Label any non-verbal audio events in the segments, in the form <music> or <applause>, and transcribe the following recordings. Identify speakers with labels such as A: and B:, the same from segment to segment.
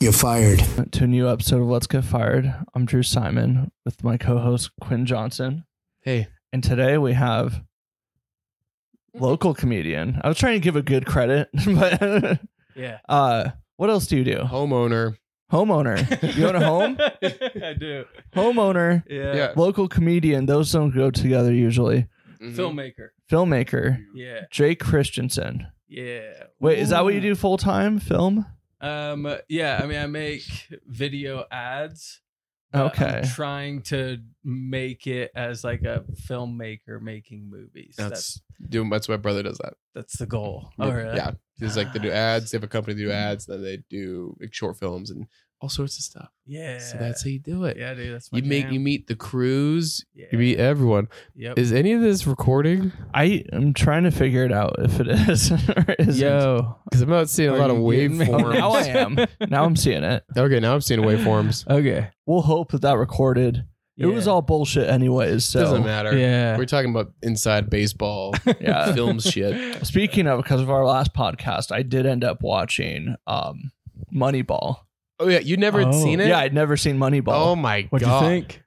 A: Get fired.
B: to a new episode of Let's Get Fired. I'm Drew Simon with my co-host Quinn Johnson,
C: Hey,
B: and today we have local comedian. I was trying to give a good credit, <laughs> but
D: Yeah.
B: uh, what else do you do?
C: homeowner.
B: Homeowner. You own a
D: <laughs>
B: home?
D: I do.
B: Homeowner,
D: Yeah.
C: Yeah.
B: local comedian. Those don't go together usually.
C: Mhm.
D: Filmmaker.
B: Filmmaker
D: Yeah.
B: Jake Christensen.
D: Yeah.
B: Wait, is that what you do
D: Ooh.
B: full time? Film?
D: Um. Yeah. I mean, I make video ads. but I'm
B: Okay.
D: trying to make it as like a filmmaker making movies. That's
C: Mm-hmm. That's doing. That's my brother does that.
D: that's the goal. Oh, really?
C: Yeah, he's like they do ads. They have a company to do ads. Then they do like short films and all sorts of stuff.
D: Yeah.
C: So that's how you do it.
D: yeah, dude. That's my
C: You make you
D: jam.
C: meet the crews.
D: Yeah.
C: You meet everyone.
D: Yep.
C: Is any of this recording?
B: I am trying to figure it out if it is <laughs> or isn't.
D: Yo.
C: Because I'm not seeing a
D: Are
C: lot of
D: you kidding <laughs> me?
B: Oh,
C: <laughs> waveforms.
B: now I am. Now I'm seeing it.
C: okay, now I'm seeing
D: <laughs>
C: waveforms.
D: Okay.
B: We'll hope that that recorded. It was
D: Yeah.
B: all bullshit anyways. So
C: Doesn't matter.
D: Yeah.
C: We're talking about inside baseball,
B: Yeah.
C: film shit.
B: Speaking of, because of our last podcast, I did end up watching um, Moneyball.
C: Oh yeah, you never had
D: Oh.
C: seen it?
B: Yeah, I'd never seen Moneyball.
C: Oh my
D: What do you
C: god.
D: think?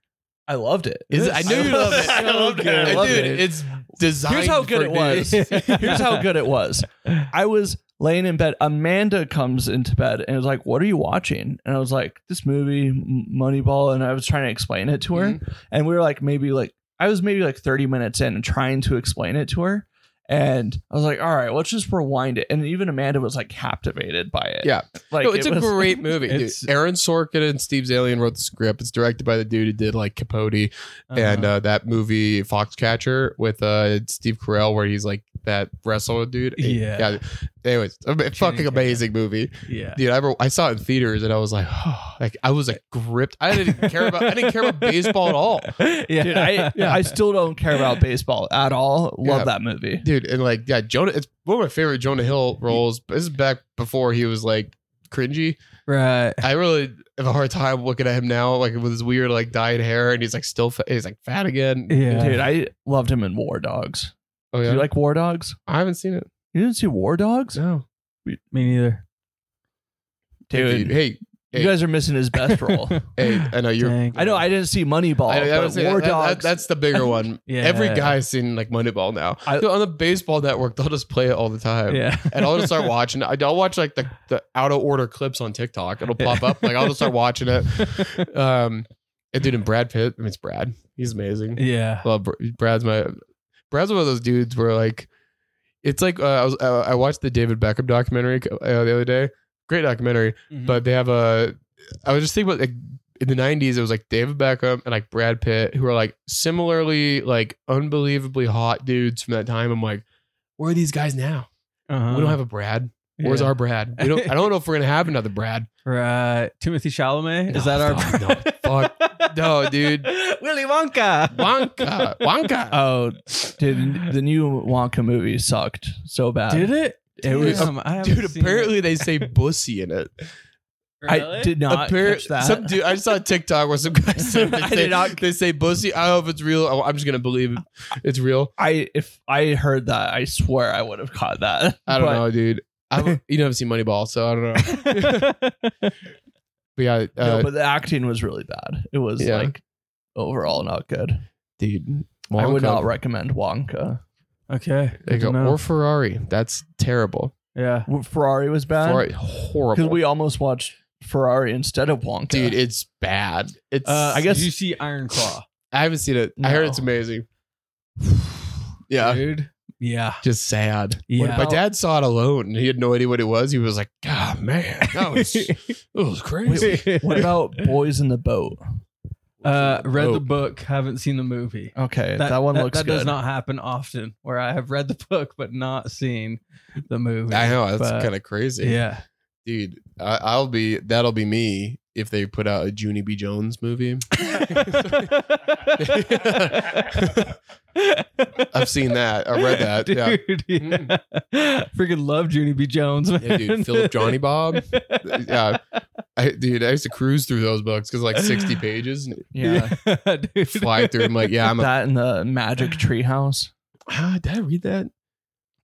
B: I loved it.
C: Is it- I knew you love it.
B: I loved it. I
C: Dude,
B: loved it.
C: it's designed.
B: Here's how good
C: for
B: it was.
C: this. <laughs>
B: Here's how good it was. I was laying in bed. Amanda comes into bed and was like, "What are you watching?" And I was like, "This movie, M- Moneyball." And I was trying to explain it to her,
C: Mm-hmm.
B: and we were like, maybe like I was maybe like 30 minutes in and trying to explain it to her, and I was like, "All right, let's just rewind it." And even Amanda was like captivated by it.
C: Yeah.
B: like
C: no, it's
B: it
C: a
B: was- <laughs>
C: great movie. dude.
D: It's-
C: Aaron Sorkin and Steve Zalian wrote the script. It's directed by the dude who did like Capote and
B: Uh-huh.
C: uh, that movie Foxcatcher with uh, Steve Carell, where he's like that wrestler dude.
D: Yeah.
C: Anyways, a fucking amazing movie, <laughs>
D: yeah.
C: dude. I, ever, I saw it in theaters and I was like, <sighs> like I was like gripped. I didn't care about I didn't care
B: <laughs>
C: about baseball at all,
D: Yeah.
B: Dude,
C: <laughs>
B: I I still don't care about baseball at all. Love
C: Yeah.
B: that movie.
C: dude. And like, yeah, Jonah. It's one of my favorite Jonah Hill roles. But this is back before he was like cringy.
D: right.
C: I really have a hard time looking at him now, like with his weird like dyed hair, and he's like still fa- he's like fat again.
D: Yeah.
B: Dude, I loved him in War Dogs.
C: Oh
B: Do
C: yeah,
B: you like War Dogs?
C: I haven't seen it.
B: You didn't see War Dogs?
C: No,
D: Me neither.
B: Dude,
C: hey, hey,
B: you guys are missing his
C: <laughs>
B: best
D: <laughs>
B: role.
C: hey, I
B: <sighs>
C: know you're.
D: Dang.
B: I know I didn't see Moneyball,
C: I, I
B: but
C: would say
B: War
C: that- that-
B: Dogs.
C: that's the
B: <laughs>
C: bigger one.
D: Yeah.
C: Every guy's seen like Moneyball now.
B: I-
C: Dude, on the baseball network, they'll just play it all the time.
D: Yeah.
C: Uh, And I'll just
D: <laughs>
C: start watching it. I'll watch like the, the out of order clips on TikTok. It'll pop up. Like I'll just start watching it. Um, and dude, and Brad Pitt. I mean, it's Brad. He's amazing.
D: yeah.
C: Well, Br- Brad's my Brad's one of those dudes where like it's like uh, I was uh, I watched the David Beckham documentary uh, the other day. Great documentary,
D: Mm-hmm.
C: but they have a. I was just thinking about like in the '90s, it was like David Beckham and like Brad Pitt, who are like similarly like unbelievably hot dudes from that time. I'm like, where are these guys now?
D: uh
C: We don't have a Brad. Where's our Brad? We don't. I don't know if we're gonna have another Brad.
D: <laughs> Right. Timothy Chalamet? Is
C: No,
D: that our.
C: no, fuck. No, dude.
D: Willy Wonka.
C: <laughs> Wonka, Wonka.
D: Uh,
B: oh, dude, the new Wonka movie sucked so bad.
D: Did it?
B: It was-
D: Damn, I haven't
C: dude,
D: seen
C: apparently they
D: <laughs>
C: say bussy in it.
D: it.
B: I
D: Really?
B: did not
C: Appar-
B: catch that.
C: Some dude, I saw a TikTok where some guy <laughs> said
B: <laughs>
C: they
B: I
C: say,
B: did not-
C: they say bussy. I don't know if it's real. Oh, I'm just gonna believe it. it's real.
B: I if I heard that, I swear I would have caught that.
C: I don't
B: But
C: know, dude. I don't- you never seen Moneyball, so I don't know. But yeah, uh,
B: <laughs> <laughs> no, but the acting was really bad. It was
C: Yeah.
B: like overall not good.
C: dude,
B: I would
C: Wonka.
B: not recommend Wonka.
D: <laughs> okay.
C: There
D: good
C: you
D: to
C: go.
D: know.
C: Or Ferrari. That's terrible.
D: yeah.
B: Ferrari was bad
C: Ferrari,
B: because
C: horrible.
B: we almost watched Ferrari instead of Wonka.
C: dude, it's bad. It's.
D: Uh, I
C: I,
B: guess-
D: guess. Did you see Iron Claw?
C: haven't seen it. I heard it's
B: No.
C: amazing. <sighs> Yeah,
D: Dude. Yeah.
C: just sad.
D: Yeah.
C: My dad saw it alone. and He had no idea what it was. He was like, "God, man,
B: <laughs>
C: that was, it was crazy."
B: What
C: <laughs>
B: about Boys in the Boat?
D: uh, read
C: Oh.
D: the book, haven't seen the movie.
B: Okay, that, one looks
D: that
B: good.
D: does not happen often where I have read the <laughs> book but not seen the movie.
C: I know that's
D: But-
C: kind of crazy, <laughs>
D: Yeah.
C: dude. I, I'll be that'll be me if they put out a Junie B. Jones movie. I've seen that. I read
D: <laughs>
C: that. Yeah. Mm.
D: Dude, yeah. Freaking love Junie B. Jones, man.
C: Yeah, dude, Philip
D: <laughs>
C: Johnny Bob. Yeah, I, dude, I used to cruise through those books because like sixty pages, and
B: <laughs> yeah,
D: dude.
C: fly through. I'm like,
B: <laughs>
C: yeah, I'm. A,
B: that and the <laughs> Magic Treehouse.
C: ah, did I read that?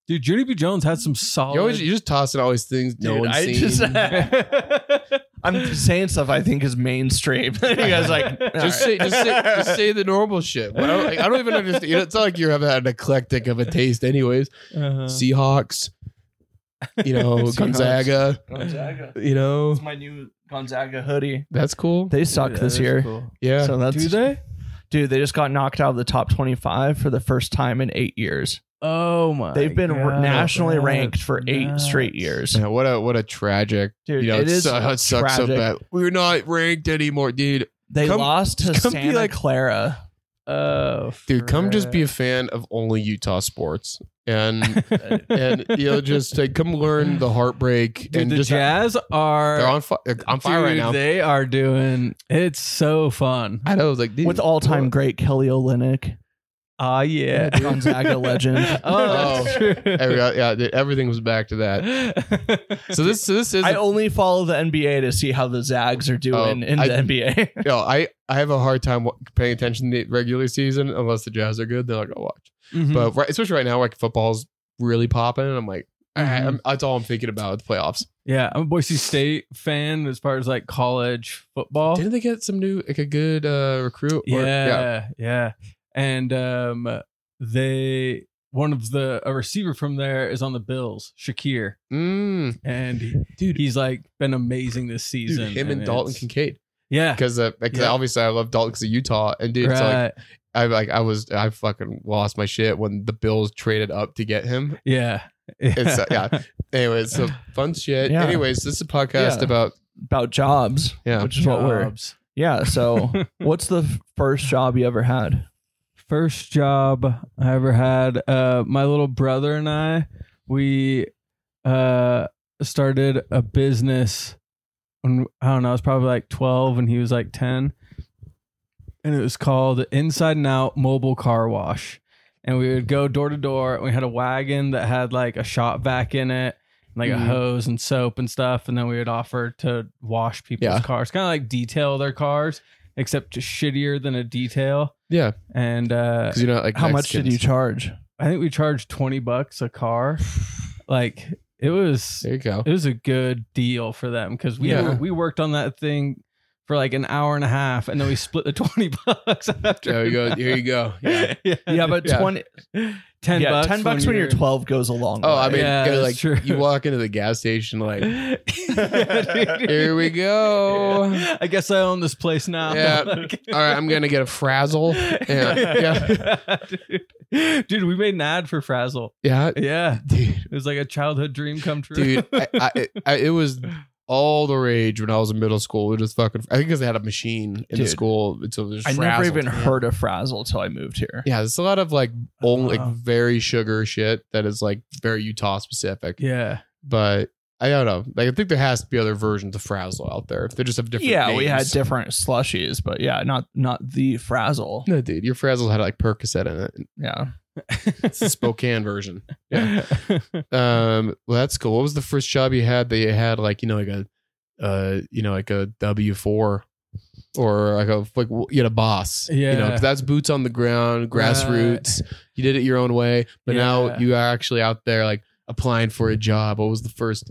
D: Dude, Junie B. Jones had some solid. <laughs>
C: You always you're just tossing all these things no
B: Dude,
C: one's
B: I
C: seen.
B: just-
C: I
B: I'm saying stuff I think is mainstream. <laughs> you guys like
C: Just
B: all
C: say, just say, just say the normal shit. Well, I, don't, like, I don't even understand. You know, it's not like you have an eclectic of a taste, anyways.
D: Uh-huh.
B: right.
C: Seahawks, you know,
B: Seahawks.
C: Gonzaga,
B: <laughs> Gonzaga.
C: you know,
B: It's my new Gonzaga hoodie.
C: that's cool.
B: They suck
D: Yeah,
B: this
D: that's
B: year.
D: cool.
C: Yeah,
B: So that's
D: Do they?
B: dude. They just got knocked out of the top 25 for the first time in eight years.
D: Oh my!
B: They've been r-
D: God,
B: nationally
D: that's
B: ranked for eight
D: nuts.
B: straight years.
C: Yeah, what a what a tragic.
B: Dude,
C: you know,
B: it is
C: su- it sucks so
B: tragic.
C: bad. We're not ranked anymore, dude.
B: They
C: Come-
B: lost to
C: <laughs> come be
B: Santa
C: like- uh,
B: Clara.
D: Oh,
C: Dude, come just be a
D: frick.
C: fan of only Utah sports
B: <laughs>
C: and <laughs> and you
D: <laughs>
C: know just like come learn the heartbreak
D: Dude,
C: and
D: the
C: just
D: Jazz are
C: they're on fire. on fire right
D: Dude,
C: now.
D: They are doing. It's so fun.
C: I know, I was like dude,
B: with all-time
C: what-
B: great Kelly Olynyk,
D: Ah, yeah,
B: Gonzaga
C: <laughs>
B: legend. <laughs>
D: Oh, that's true.
C: every- yeah, dude, everything was back to that. So
D: <laughs>
C: this so this is
B: I only follow the NBA to see how the Zags are doing
C: Oh,
B: in
C: I-
B: the NBA.
C: no, I I have a hard time wa- paying attention to the regular season unless the Jazz are good. They're like, I'll watch.
B: Hmm.
D: Mhm.
C: But right, especially right now, like football's really popping, and I'm like, all right,
D: Mhm.
C: uh, I'm- that's all I'm thinking about the playoffs.
D: yeah, I'm a Boise State fan as far as like college football.
C: Didn't they get some new like a good uh recruit? Or-
D: yeah, yeah, And um, they one of the a receiver from there is on the Bills, Shakir,
C: Mm,
D: and he-
C: dude,
D: he's like been amazing this
C: dude,
D: season.
C: him and Dalton
D: it's-
C: Kincaid
D: yeah,
C: because uh, because
D: Yeah.
C: obviously I love Dalton because of Utah and dude, so like
D: right,
C: I like I was I fucking lost my shit when the Bills traded up to get him.
D: yeah,
C: It's, uh,
D: <laughs>
C: yeah. Anyways, so fun shit.
B: Yeah.
C: Anyways, this is a podcast
B: Yeah.
C: about
B: <laughs> about jobs,
C: yeah.
B: which is what we're
D: Jobs.
B: yeah.
D: <laughs>
B: So, what's the f- first job you ever had?
D: first job I ever had. Uh, my little brother and I, we uh, started a business. When, I don't know. I was probably like twelve, and he was like ten, and it was called Inside and Out Mobile Car Wash. And we would go door to door. and We had a wagon that had like a shop vac in it, and, like
C: Mhm.
D: a hose and soap and stuff. And then we would offer to wash people's
C: Yeah.
D: cars, kind of like detail their cars, except just shittier than a detail
C: Yeah,
D: and uh,
C: because you know, like
B: How much did you
C: Mexicans.
B: charge?
D: I think we charged twenty bucks a
C: <laughs>
D: car. Like it was,
C: There you go.
D: <laughs> it was a good deal for them because we
C: Yeah.
D: we worked on that thing for like an hour and a half, and then we split the <laughs> twenty bucks after.
C: There you go. Here you go. Yeah.
D: <laughs> yeah,
B: Yeah, but
C: Yeah.
B: twenty.
D: ten
B: yeah,
D: bucks.
B: ten bucks when you're twelve goes a long
C: Oh, I
B: way.
C: mean,
D: Yeah,
C: you know,
D: that's
C: like
D: true.
C: you walk into the gas station, like
D: <laughs> Yeah, dude.
C: here we go.
D: <laughs> Yeah. I guess I own this place now.
C: Yeah.
D: <laughs> Like-
C: <laughs> All right, I'm gonna get a frazzle.
D: <laughs>
C: Yeah,
D: Dude. Dude, we made an ad for Frazzle.
C: yeah,
D: Yeah.
C: dude.
D: It was like a childhood dream come true.
C: dude. I, I, it, I, it was all the rage when I was in middle school. It was fucking. I think because they had a machine in the
B: Dude.
C: school, and so there's.
B: I never
C: frazzled.
B: even heard of Frazzle till I moved here.
C: Yeah, there's a lot of like only
D: Oh.
B: Uh-huh.
C: like very sugar shit that is like very Utah specific.
D: <laughs> yeah.
C: But I don't know. Like I think there has to be other versions of frazzle out there. They just have different.
B: Yeah, we had
C: names.
B: different slushies, but yeah, not not the Frazzle.
C: No, dude, your frazzle had like Percocet in it.
B: Yeah,
C: It's the Spokane version. <laughs> Yeah. Um, well, that's cool. What was the first job you had that you had like you know like a, uh, you know like a W four, or like a like you had a boss. you know
D: Yeah.
C: 'cause that's boots on the ground, grassroots. You did it your own way, but now
D: Yeah.
C: you are actually out there like applying for a job. What was the first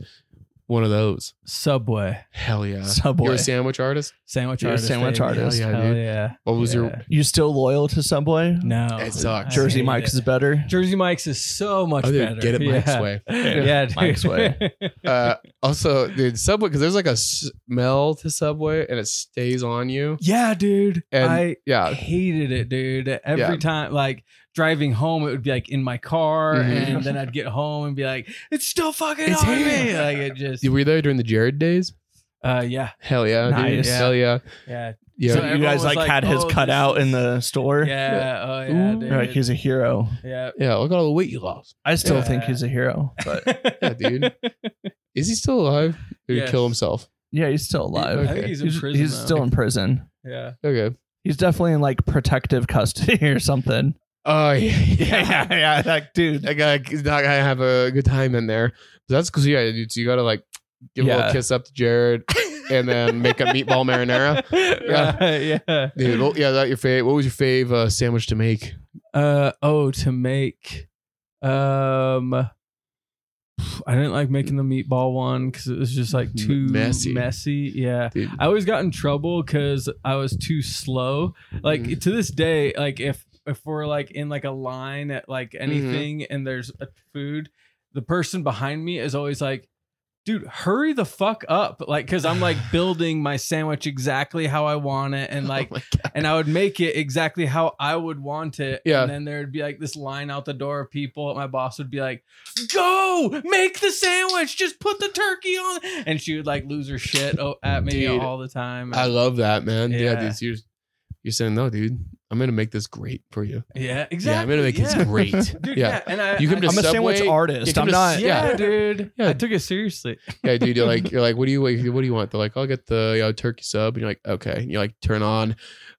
C: one of those?
D: Subway
C: Hell yeah! You're
B: Subway.
C: a sandwich artist.
D: sandwich
B: You're a
D: artist.
B: sandwich
D: baby.
B: artist.
C: Hell yeah,
D: Hell
C: dude.
D: yeah.
C: What was your-
D: Yeah.
B: You still loyal to Subway?
D: no?
C: It sucks.
D: I
B: Jersey
D: hate
B: Mike's
D: it.
B: is better.
D: Jersey Mike's is so much
C: Oh, dude,
D: better.
C: get it Mike's
D: yeah. <laughs>
C: way.
D: Yeah, dude.
B: Mike's
D: <laughs>
B: way.
C: Uh, also, dude, Subway because there's like a smell to Subway and it stays on you.
D: yeah, dude.
C: And
D: I
C: yeah,
D: hated it, dude. Every
C: Yeah.
D: time, like driving home, it would be like in my car,
C: Mhm.
D: and then I'd get home and be like, "It's still fucking
C: It's
D: on me."
C: here.
D: <laughs> Like it just.
C: were you there during the Jared days?
D: Uh, yeah,
C: Hell yeah, dude.
B: Nice.
C: Hell yeah.
D: yeah,
C: Yeah.
D: So
B: So you
D: everyone
B: guys
D: was
B: like,
D: like,
B: had his
D: "Oh,
B: cutout
D: this
B: in
D: is-
B: the store.
D: yeah. Oh yeah,
C: Ooh.
D: dude.
B: You're like he's a hero.
D: yeah.
C: yeah, look at all the weight you lost.
B: I still
D: Yeah.
B: think he's a hero, <laughs> but
C: Yeah,
D: <laughs>
C: dude. Is he still alive? Did he
D: Yes.
C: kill himself?
B: yeah, he's still alive.
D: I think
C: Okay.
D: he's in prison.
B: oh, he's
D: though.
B: still in prison.
D: Yeah.
C: Okay.
B: He's definitely in like protective custody <laughs> or something.
C: Oh yeah,
B: yeah. Like, dude,
C: That guy is not gonna have a good time in there. But that's because yeah, dude. So you gotta like give a
B: Yeah.
C: little kiss up to Jared and then
D: <laughs>
C: make a
B: <laughs>
C: meatball marinara.
D: Yeah, yeah.
C: Dude, well, yeah, that your fave. What was your fave uh, sandwich to make?
D: Uh oh, to make um I didn't like making the meatball one because it was just like too
C: messy.
D: messy. Yeah.
C: Dude.
D: I always got in trouble because I was too slow. Like
C: Mhm.
D: to this day, like if if we're like in like a line at like anything and there's a food, the person behind me is always like, dude, hurry the fuck up. Like cause I'm like building my sandwich exactly how I want it and like
C: Oh my God.
D: and I would make it exactly how I would want it.
C: Yeah.
D: And then there would be like this line out the door of people. My boss would be like, "Go make the sandwich. Just put the turkey on." And she would like lose her shit o- at me
C: Dude,
D: all the time.
C: I love that, man. Yeah,
D: Yeah.
C: dude, you're, you're saying no, dude. I'm gonna make this great for you.
D: yeah, exactly.
C: Yeah, I'm gonna make
D: yeah.
C: <laughs> this
D: <laughs>
C: great.
D: Dude,
C: yeah.
D: yeah. and I,
C: You can
D: I-
C: The
B: I'm a sandwich
C: Subway-
B: artist.
C: you
B: I'm
C: can
B: not.
C: just-
D: yeah,
C: yeah.
D: dude.
C: Yeah.
D: I tode it seriously.
C: yeah, dude. You're like, you're like, what do you what, do you- what do you want? They're like, I'll get the you know, turkey sub, and you're like, okay. And you like turn on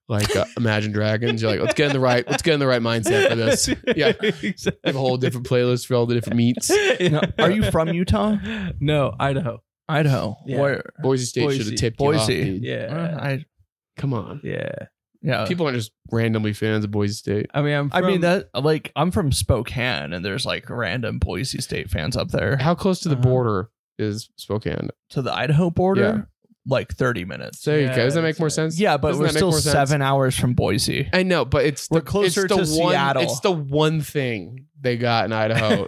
C: like uh, Imagine Dragons. You're like, let's get in the right, let's get in the right mindset
D: <laughs>
B: <laughs>
C: for this. Yeah, they
D: exactly.
C: have a
D: <laughs>
C: whole different playlist for all the different meats.
B: <laughs> No, are you from Utah?
D: No, Idaho.
B: Idaho.
D: Yeah.
B: Where?
C: Boise State should
D: Boise.
C: have tipped you off,
B: Boise.
C: dude.
B: Uh,
D: Yeah,
B: I
C: Come on,
D: yeah.
B: yeah.
C: people aren't just randomly fans of Boise State.
D: I mean, I'm.
B: I mean
D: from-
B: that like I'm from Spokane and there's like random Boise State fans up there
C: How close to the
D: Uh-huh.
C: border is Spokane?
B: to the Idaho border, like 30 minutes.
C: So
D: Yeah,
C: okay, does that make more
D: it's, uh,
C: sense?
B: Yeah, but
C: Doesn't
B: we're
C: that make
B: still
C: more sense?
B: seven hours from Boise.
C: I know, but it's
B: We're
C: the,
B: closer
C: it's the
B: to
C: one,
B: Seattle.
C: It's the one thing they got in
D: <laughs>
C: Idaho.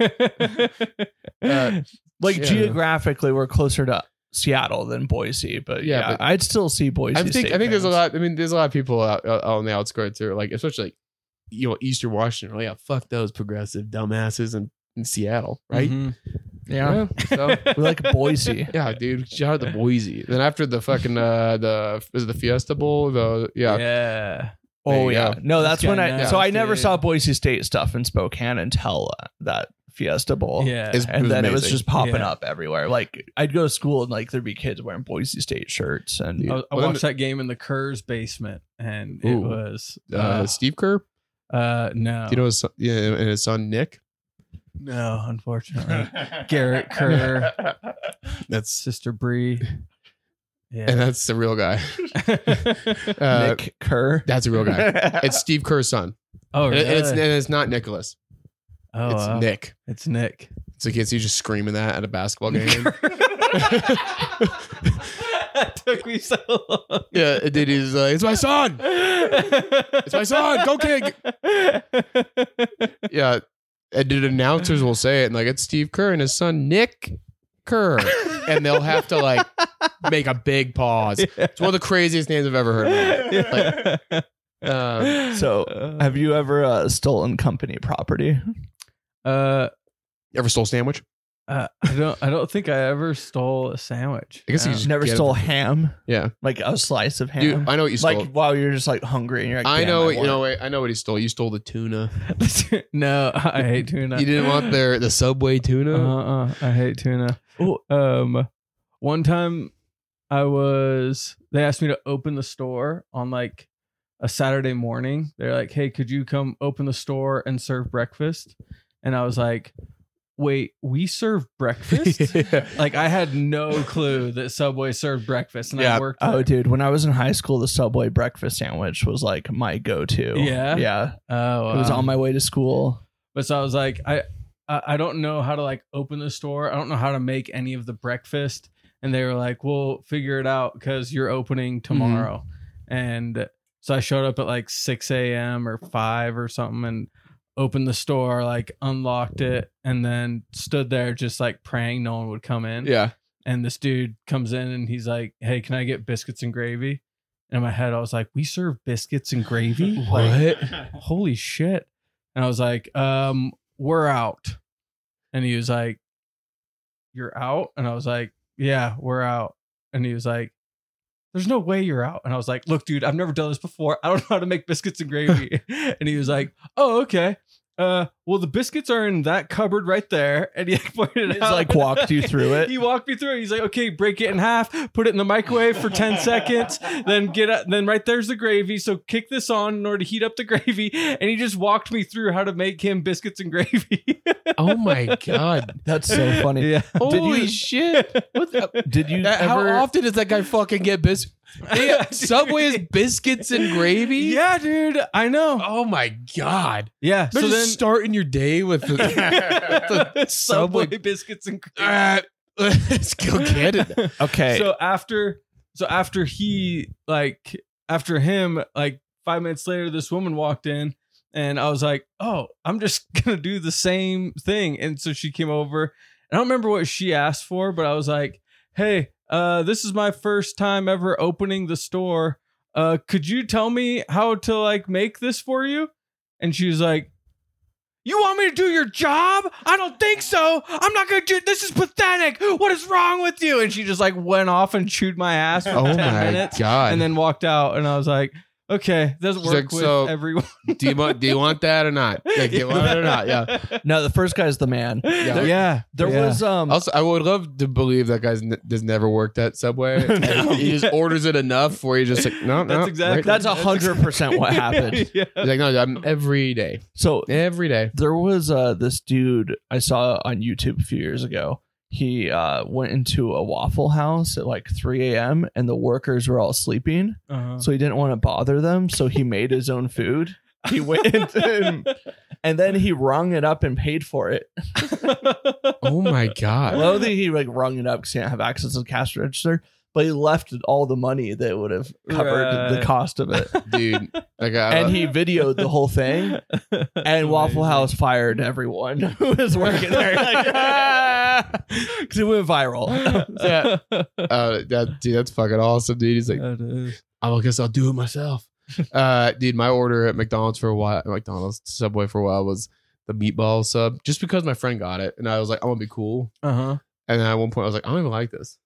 C: Uh,
B: <laughs> Like
C: Yeah.
B: geographically, we're closer to Seattle than Boise, but
C: Yeah,
B: yeah,
C: but-
B: I'd still see Boise.
C: I think
B: State
C: I think there's a
B: fans.
C: lot. I mean, there's a lot of people out, out on the outskirts or like, especially like, you know, Eastern Washington. Like, yeah, fuck those progressive dumbasses in, in Seattle, right?
B: Mm-hmm.
D: Mhm.
B: Yeah,
C: So
D: <laughs>
B: we
C: <laughs>
B: like Boise.
C: yeah, dude, shout out to Boise. Then after the fucking uh, the is it the Fiesta Bowl? The yeah,
D: yeah.
C: There
B: Oh
C: you
B: yeah,
C: go.
B: no,
D: That's
B: that's when I.
D: kinda
B: So I
D: nice,
B: never
D: dude.
B: saw Boise State stuff in Spokane until uh, that Fiesta Bowl.
D: Yeah.
C: It's-
B: and then it was
C: amazing.
B: just popping
D: Yeah.
B: up everywhere. Like I'd go to school and like there'd be kids wearing Boise State shirts, and
C: Dude.
D: I, I
C: Well, then-
D: watched that game in the Kerr's basement, and it
C: Ooh.
D: was
C: Uh,
D: uh,
C: Steve Kerr.
D: uh, no,
C: Do you know his son, yeah, and his son Nick?
D: no, unfortunately, <laughs>
C: <laughs>
D: Garrett Kerr,
C: That's
D: sister Bree,
C: and
D: yeah,
C: that's the real guy. Uh,
B: Nick Kerr.
C: That's a real
D: <laughs>
C: guy. It's Steve Kerr's son.
D: <laughs> oh,
C: And <laughs>
D: really?
C: it- it's, and it's not Nicholas.
D: oh,
C: it's
D: wow.
C: Nick. <laughs>
D: It's Nick.
C: So kids, you just screaming that at a
D: <laughs>
C: basketball game.
D: that took me so long.
C: yeah, and then he's like, "It's my son."
D: it's
C: my son. Go
D: <laughs>
C: kick. Yeah, and the announcers will say it, and like it's Steve Kerr and his son Nick Kerr, and they'll have to like make a big pause. It's one of the craziest names I've ever heard. Of. Um,
B: So, <laughs> Have you ever uh, stolen company property?
D: uh,
C: you ever stole a sandwich?
D: Uh, I don't. I don't think I ever stole a sandwich.
C: I guess you just
B: Never
C: Oh. get it
B: stole
C: from-
B: ham,
C: Yeah,
B: like a slice of ham.
C: dude, I know what you stole.
B: like while you're just like hungry and you're like,
C: I
B: "Damn,
C: know, what- you
B: want
C: know, wait, I know what he stole. You stole the tuna.
D: <laughs> no, I hate tuna.
C: You didn't want their the Subway
D: Uh,
B: Uh-huh.
C: <laughs> tuna.
D: uh, I hate tuna.
B: Ooh.
D: Um, one time, I was. They asked me to open the store on like a Saturday morning. They're like, "Hey, could you come open the store and serve breakfast?" And I was like, "Wait, we serve
C: <laughs>
D: breakfast."
C: yeah.
D: Like I had no clue that Subway served breakfast, and
C: Yeah.
D: I worked.
B: Oh,
D: there.
B: dude! When I was in high school, the Subway breakfast sandwich was like my go-to.
D: Yeah?
B: yeah.
D: oh,
B: It was
D: wow.
B: on my way to school.
D: <laughs> But so I was like, I, I I don't know how to like open the store. I don't know how to make any of the breakfast. And they were like, we'll figure it out because you're opening tomorrow. And so I showed up at like 6 a.m. or 5 or something and opened the store, like unlocked it, and then stood there just like praying no one would come in.
C: yeah.
D: And this dude comes in and he's like, hey, can I get biscuits and gravy? And in my head, I was like, we serve biscuits and
B: <laughs>
D: gravy? Like, holy shit and i was like um we're out and he was like you're out and i was like yeah we're out and he was like there's no way you're out and i was like look dude i've never done this before i don't know how to make biscuits
B: <laughs>
D: and gravy and he was like oh okay uh well the biscuits are in that cupboard right there and he <laughs> pointed
B: He's,
D: out
B: like, walked
D: <laughs>
B: you through it?
D: he walked me through it. he's like okay break it in half put it in the microwave for 10 seconds then get up, then right there's the gravy. So kick this on in order to heat up the gravy. And he just walked me through how to make him biscuits and gravy.
B: <laughs>
C: Oh my god!
B: That's so
D: <laughs>
B: funny.
D: Yeah.
C: Holy
B: you-
C: shit! Uh, What the-
B: Did you
C: That-
D: <laughs>
B: ever? <laughs>
C: <laughs> How often does that guy fucking get bis? They have Subway's biscuits and gravy.
D: Yeah, dude. I know.
C: Oh my god.
D: Yeah.
C: They're
D: so
C: just
D: then
C: starting your day with <laughs> the,
D: <laughs>
C: the
D: Subway
C: <laughs> Subway.
D: biscuits and gravy.
C: Ah, <laughs> let's go get
D: <laughs>
C: it.
B: Okay.
D: So after so after he like after him like 5 minutes later this woman walked in and I was like, "Oh, I'm just <laughs> going to do the same thing." And so she came over. And I don't remember what she asked for, but I was like, "Hey, uh this is my first time ever opening the store. Uh could you tell me how to like make this for you?" And she was like, you want me to do your job? I don't think so. I'm not gonna do. This is pathetic. What is wrong with you? And she just like went off and chewed my ass for
C: Oh
D: ten
C: my
D: minutes,
C: god.
D: and then walked out. And I was like, okay, doesn't
C: She's
D: work
C: like,
D: with
C: so-
D: everyone.
C: do you want do you want that or not? <laughs> Yeah, do you want it or not? Yeah.
D: <laughs>
B: no, the first guy's the man.
D: yeah.
C: There-
D: yeah.
B: There
D: Yeah.
B: was um
C: Also, I would love to believe that guy's n- has never worked at <laughs> Subway.
D: No.
C: he just orders it enough where he's just like, no,
D: That's
C: no,
D: exactly-
C: right.
B: that's
C: <laughs>
B: a hundred percent what happened.
D: <laughs> <laughs> yeah.
C: He's like, no, I'm every day,
B: So
C: every day.
B: there was uh this dude I saw on YouTube a few years ago. He uh went into a waffle house at like 3 a.m. and the workers were all sleeping.
D: Uh-huh.
B: So he didn't want to bother them, so he made his own food. He
D: <laughs>
B: went and, and then he rung it up and paid for it.
C: Oh my
B: I
C: god.
B: don't think he like rung it up because he didn't have access to the cash register, but he left all the money that would have covered the
D: Right.
B: cost of it.
C: dude. Like, uh, I,
B: and he videoed the whole thing. And Waffle House fired everyone <laughs> who was working there.
C: <laughs>
B: <laughs> Because it went viral.
C: Yeah. uh, that, dude, that's fucking awesome, dude. He's like,
D: That is-
C: I guess I'll do it <laughs> myself. uh, dude, my order at McDonald's for a while, McDonald's Subway for a while was the meatball sub, just because my friend got it, and I was like, I'm gonna be cool.
D: Uh-huh.
C: And then at one point, I was like, I don't even like this.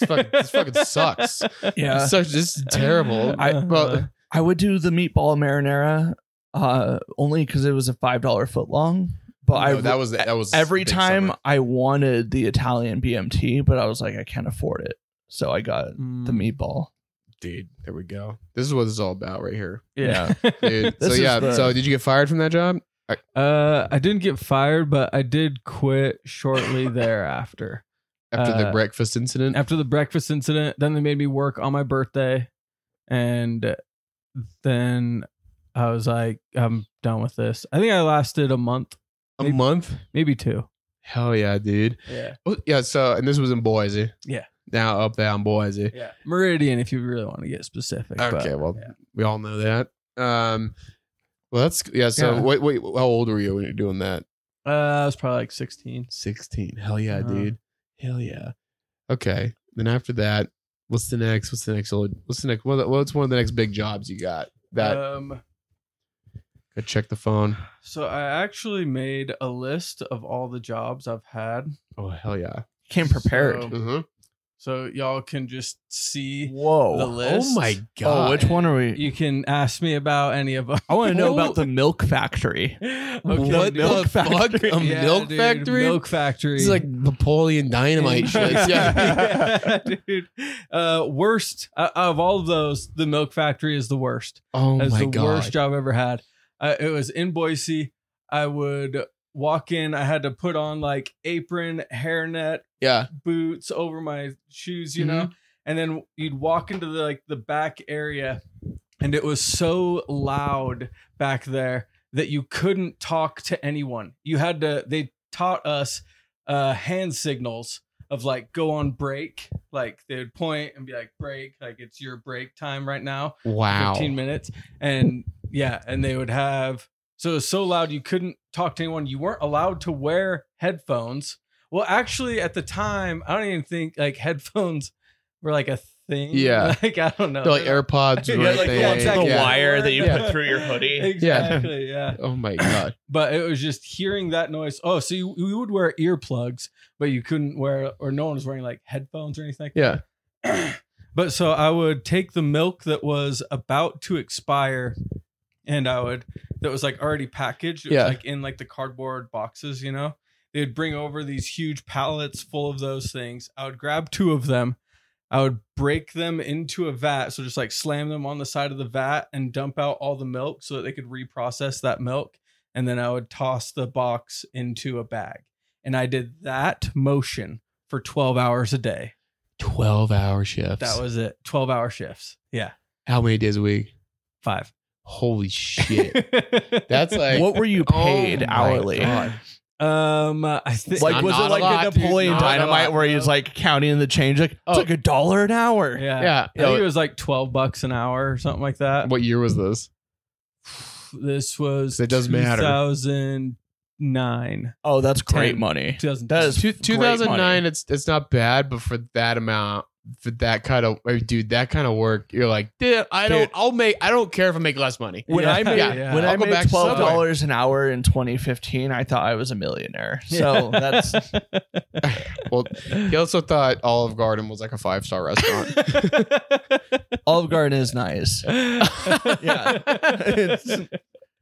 C: This fucking, <laughs> this fucking sucks.
B: Yeah.
C: Such, this is terrible.
D: I-
C: well,
B: Uh, <laughs> I would do the meatball marinara uh, only because it was a $5 footlong. But I
C: Oh, no, that was that was
B: every
C: big
B: time
C: summer.
B: I wanted the Italian BMT, but I was like, I can't afford it. So I got
C: Mm.
B: the meatball.
C: dude. There we go. This is what this is all about
B: <laughs>
C: right here,
D: Yeah. <laughs>
C: dude.
B: This
C: so
B: is
C: yeah.
B: the-
C: So did you get fired from that job?
D: Uh, I didn't get fired, but I did quit
C: <laughs>
D: shortly thereafter.
C: After the
D: Uh,
C: breakfast incident,
D: After the breakfast incident, then they made me work on my birthday, and then I was like, I'm done with this. I think I lasted a month,
C: a
D: maybe-
C: month.
D: maybe two.
C: Hell yeah, dude.
D: Yeah,
C: Well, yeah. So and this was in Boise.
D: Yeah.
C: Now up there in Boise.
D: yeah. Meridian, if you really want to get specific. but-
C: Okay, well,
D: yeah.
C: we all know that. Um, well, that's yeah. So,
D: Yeah.
C: Wait, wait, how old were you when you were doing that?
D: uh, I was probably like 16.
C: Sixteen. Hell yeah,
D: Uh-huh.
C: dude. Hell yeah. Okay. Then after that, what's the next? What's the next old? What's the next? What, what's one of the next big jobs you got? That
D: Um,
C: I check the phone.
D: so I actually made a list of all the jobs I've had,
C: Oh hell yeah.
B: Came prepared.
D: So-
C: Mhm.
D: so y'all can just see.
B: Whoa.
D: The list.
C: Oh my god.
B: Oh, which one are we?
D: You can ask me about any of them.
B: I want to know
C: Oh.
B: about the milk factory.
D: okay,
C: What
D: dude.
C: the fuck? A
D: Yeah,
C: milk
D: dude,
C: factory?
D: Milk factory.
C: It's like Napoleon
D: <laughs>
C: Dynamite shit. Yeah.
D: Yeah, dude. Uh, worst uh, of all of those, the milk factory is the worst.
C: Oh
D: That's
C: my
D: the
C: god.
D: worst job I've ever had. Uh, it was in Boise. I would walk in. I had to put on like apron, hairnet,
C: Yeah.
D: boots over my shoes, you know.
C: Mm-hmm.
D: And then you'd walk into the, like the back area, and it was so loud back there that you couldn't talk to anyone. You had to. They taught us uh, hand signals of like go on break. Like they would point and be like break, like it's your break time right now.
C: Wow.
D: 15 minutes and yeah and they would have so it was so loud you couldn't talk to anyone you weren't allowed to wear headphones well actually at the time i don't even think like headphones were like a thing
C: Yeah.
D: <laughs> like i don't know
C: They're like AirPods.
D: <laughs> Yeah,
C: were a
D: like the
C: thing.
D: ones that
B: the
D: go
C: yeah.
B: wire that you
D: Yeah.
B: put through your hoodie.
D: <laughs> exactly yeah
C: Oh my god.
D: but it was just hearing that noise. Oh, so you, you would wear earplugs, but you couldn't wear, or no one was wearing like headphones or anything. like
C: Yeah.
D: that. <clears throat> but so I would take the milk that was about to expire, and I would that was like already packaged. It
C: Yeah.
D: was like in like the cardboard boxes, you know. They'd bring over these huge pallets full of those things. I would grab two of them. I would break them into a vat, so just like slam them on the side of the vat and dump out all the milk so that they could reprocess that milk and then I would toss the box into a bag. And I did that motion for 12 hours a day.
C: twelve hour shifts.
D: That was it. 12 hour shifts. Yeah.
C: how many days a week?
D: Five.
C: Holy shit! <laughs>
D: <laughs>
C: That's like
B: what were you
C: Oh
B: paid
C: my
B: hourly?
C: God.
D: um, I think
B: Like
C: Not-
B: was
C: not
B: it
C: a
B: like
C: lot,
B: an
C: dude,
B: Napoleon
C: not a
B: Dynamite
C: lot.
B: where he's like counting in the change like
C: Oh.
B: it's like a dollar an hour?
D: yeah.
C: Yeah.
D: I think it was like 12 bucks an hour or something like that.
C: What year was this?
D: This was
C: It doesn't matter.
D: 2009.
B: Oh, that's great
D: Ten.
B: money.
D: 2000.
B: That
D: <laughs>
B: is
C: Two,
B: great
C: 2009.
B: money.
C: It's it's not bad, but for that amount, for that kind of like, dude, that kind of work, you're like, dude, I don't.
B: Dude.
C: I'll make. I don't care if I make less money. <laughs>
B: When I made
C: Yeah,
B: when
C: I'll
B: I
C: go back
B: made
C: to
B: twelve
C: Subway.
B: dollars an hour in 2015, I thought I was a <laughs> millionaire. So that's
C: Well, he also thought Olive Garden was like a five star restaurant.
B: <laughs> Olive Garden is <laughs> nice.
D: yeah.
C: <laughs>
B: It's-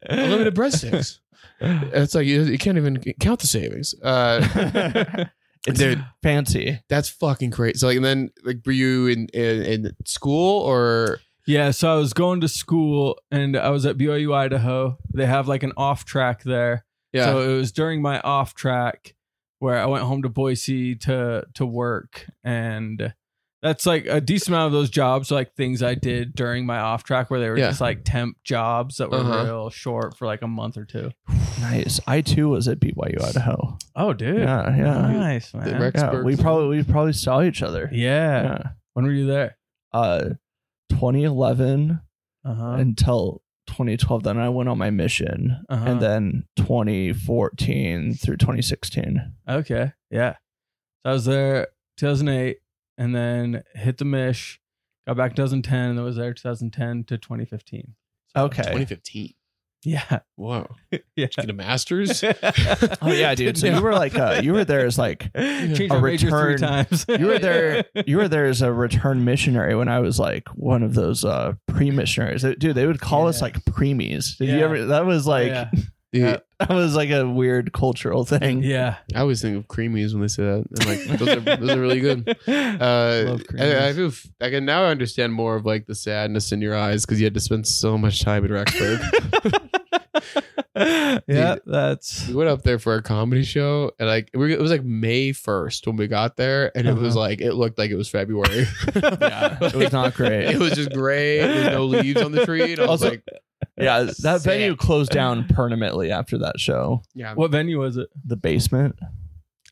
C: Unlimited breadsticks. It's like you, you can't even count the savings. Uh,
B: it's
C: Dude.
B: fancy.
C: that's fucking crazy. So like, and then like, were you in in, in school or
D: <laughs> Yeah, so I was going to school and I was at BYU Idaho. They have like an off track there.
C: yeah?
D: So it was during my off track where I went home to Boise to to work and that's like a decent amount of those jobs like things I did during my off track where they were
C: Yeah.
D: just like temp jobs that were
C: Uh-huh.
D: real short for like a month or two.
B: Nice. I too was at BYU Idaho.
D: Oh dude.
B: Yeah, yeah.
D: Nice, man.
C: The rec-
B: yeah we
C: Experts.
B: probably we probably saw each other.
D: yeah. When were you there?
B: Uh 2011
D: Uh-huh.
B: until 2012 then I went on my mission
D: Uh-huh.
B: and then 2014 through 2016.
D: Okay. Yeah. So I was there 2008 and then hit the Mish, got back 2010 and then was there 2010 to 2015.
C: <laughs>
B: Okay.
C: 2015.
D: Yeah.
C: Whoa,
D: <laughs> Yeah.
C: get a master's. <laughs>
B: Oh yeah, <laughs> dude. So you were like uh, you were there as like
D: Changed
B: a
D: my major
B: return-
D: three times.
B: you were
D: <laughs>
B: there you were there as a return missionary when I was like one of those uh pre-missionaries. They- Dude, they would call us
D: Yeah.
B: like preemies. Did
D: Yeah.
B: you ever that was like <laughs>
D: <laughs> yeah.
C: Dude,
B: that was like a weird cultural thing.
D: yeah.
C: I always think of creamies when they say that. I'm like, those
D: <laughs>
C: are, those are really good. Uh,
D: Love
C: I, I
D: creamies.
C: feel f- I can now understand more of like the sadness in your eyes because you had to spend so much time in
D: <laughs>
C: Rexburg.
D: yeah,
C: <laughs>
D: that's
C: we went up there for a comedy show, and like we, it was like May first when we got there, and it was
D: Uh-huh.
C: like it looked like it was February. <laughs>
D: <laughs>
B: Yeah, it was not
C: it
B: great.
C: was just gray. There's no leaves on the tree. And I was
B: Also-
C: like,
B: Yeah, that
C: Sick.
B: venue closed down permanently after that show.
C: yeah.
D: what venue was it?
B: The basement.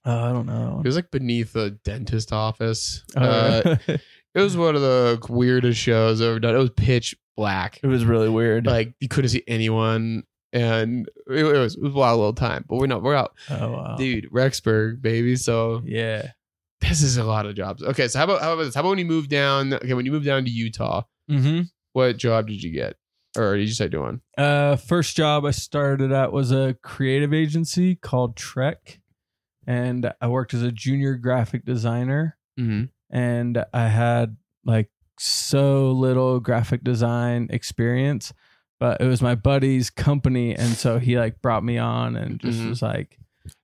D: Oh, I don't know. Oh,
C: It was like beneath a dentist office.
D: Uh-huh.
C: Uh, it was one of the weirdest shows I've ever done. It was pitch black.
B: It was really weird.
C: like you couldn't see anyone and it, it was it was a wild little time but we're not we're out
D: <laughs> oh wow.
C: dude rexburg baby so
D: Yeah.
C: this is a lot of jobs okay so how about how about this how about when you moved down okay when you moved down to utah
D: Mm-hmm.
C: what job did you get or did you start doing
D: Uh, first job I started at was a creative agency called Trek, and I worked as a junior graphic designer.
C: mm-hmm.
D: And I had like so little graphic design experience, but it was my buddy's company, and so he like brought me on and just
C: Mhm.
D: was like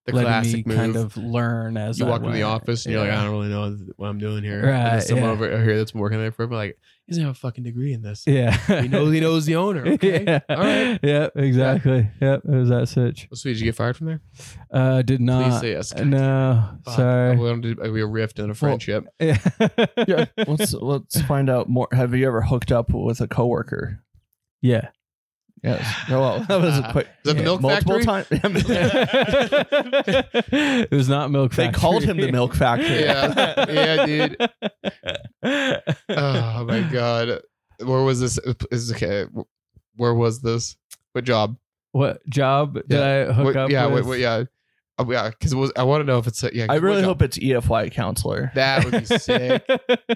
C: the
D: letting me
C: classic move
D: kind of learn as
C: you
D: I
C: walk in the
D: went.
C: office and you're like
D: Yeah.
C: i don't really know what i'm doing here
D: Right,
C: and then someone
D: yeah.
C: over over here that's been working there for like he doesn't have a fucking degree in this
D: <laughs> yeah,
C: he
D: <laughs>
C: knows he knows the owner okay
D: yeah,
C: all right
D: yeah, exactly. Yep, it was that such.
C: well, sweet did you get fired from there
D: Uh, did not.
C: please say yes
D: No,
C: Fuck,
D: sorry.
C: we don't do- we riffed in a friendship
D: <laughs> Yeah.
B: yeah, <laughs> let's let's find out more. Have you ever hooked up with a coworker?
C: <laughs>
D: Yeah. <laughs>
B: Yes. No, well, that was a quick.
C: Is that
B: <laughs>
C: the
B: yeah,
C: milk
B: multiple
C: factory?
B: times.
D: it was not Milk
B: they called him the <laughs> Milk Factory.
C: Yeah. Yeah, dude. <laughs> oh my god where was this is okay where was this what job
D: What job did I hook
C: What-
D: up
C: yeah
D: with?
C: What, what, yeah Oh, yeah because was i want to know if it's uh, yeah
B: I
C: 'cause
B: really
C: what
B: hope it's EFY counselor.
C: job- <laughs> that
D: <laughs>
C: would be sick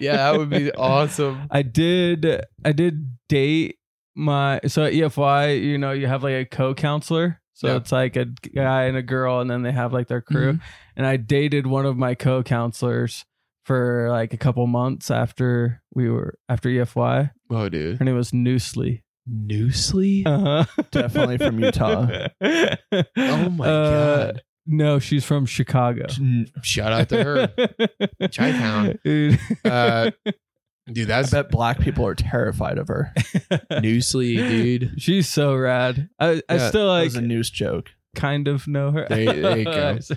C: yeah that would be awesome
D: I did I did date my so at EFY, you know, you have like a co-counselor. So
C: Yeah.
D: it's like a guy and a girl and then they have like their crew.
C: Mm-hmm.
D: And I dated one of my co-counselors for like a couple months after we were after EFY.
C: oh dude
D: Her name was Noosley.
C: Newsly? <laughs>
D: Uh-huh.
B: Definitely from Utah.
D: <laughs>
C: oh my
D: Uh,
C: god
D: No, she's from Chicago.
C: shout out to
D: <laughs>
C: her Chi-town.
D: Dude.
C: uh dude
B: I
C: that's
B: bet black people are terrified of
C: <laughs>
B: her.
C: Newsly, dude
D: She's so rad. I, I
C: Yeah,
D: still
B: That
D: like
B: was a noose joke.
C: <laughs>
D: kind of know her.
C: There- there you go.
D: <laughs> I see.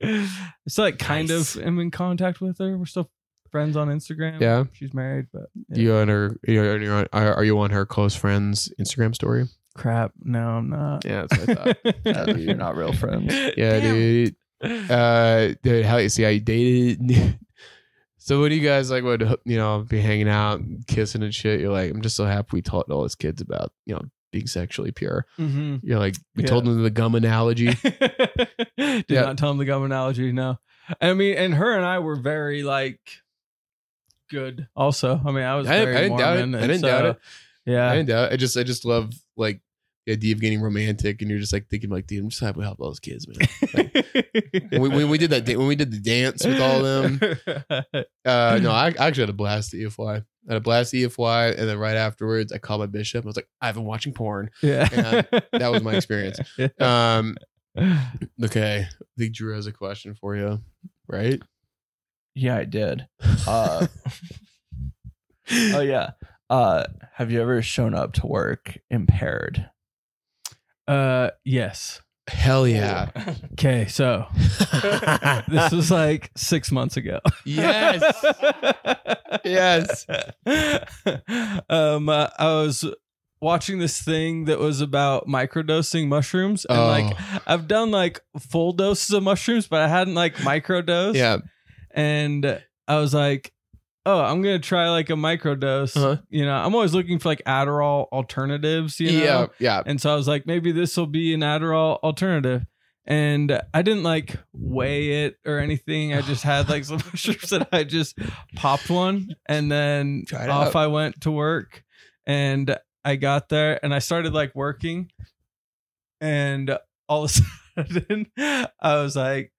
D: I still like kind
C: Nice.
D: of am in contact with her. We're still friends on Instagram.
C: Yeah.
D: she's married, but yeah.
C: You on her? You on, you on, are are you on her close friends Instagram story?
D: crap. No, I'm not.
C: Yeah, that's what I thought.
B: Uh, you're not
D: <laughs>
B: real friends.
C: yeah, dude. Uh, dude, how you see how you dated? <laughs> so when you guys like would you know be hanging out, and kissing and shit, you're like, I'm just so happy we taught all those kids about you know being sexually pure.
D: hmm
C: You're like, we
D: Yeah.
C: told them the gum analogy.
D: <laughs> Did
C: Yeah.
D: not tell him the gum analogy. No, I mean, and her and I were very like good. Also, I mean, I was
C: I didn't-
D: very
C: I didn't doubt it.
D: Mormon,
C: I
D: and
C: didn't doubt
D: so-
C: it. I
D: Yeah,
C: didn't doubt. it. I just I just love like the idea of getting romantic, and you're just like thinking like, dude, I'm just happy we helped all those kids, man.
D: <laughs>
C: when, we, when we did that, da- when we did the dance with all of them,
D: <laughs>
C: uh, no, I, I actually had a blast at EFY. I had a blast at EFY, and then right afterwards, I called my bishop. and I was like, I've been watching porn.
D: yeah,
C: That was my
D: <laughs>
C: experience. Um, okay, I think Drew has a question for you,
B: <laughs>
C: right?
B: Yeah, I did. Uh, oh yeah. Uh, have you ever shown up to work impaired?
D: Uh, yes.
C: Hell yeah,
D: Okay, so
C: <laughs>
D: this <laughs> was like six months ago. <laughs>
C: yes, yes.
D: um, uh, I was watching this thing that was about microdosing mushrooms, and
C: Oh.
D: like I've done like full doses of mushrooms, but I hadn't like microdosed.
C: Yeah,
D: and I was like, oh, I'm gonna try like a microdose.
C: Uh-huh.
D: You know, I'm always looking for like Adderall alternatives. You know,
C: yeah, yeah.
D: and so I was like, maybe this will be an Adderall alternative. And I didn't like weigh it or anything. I just had like some <laughs> mushrooms that I just popped one and then
C: Try it
D: off
C: out.
D: I went to work. And I got there and I started like working. And all of a <laughs> sudden I was like,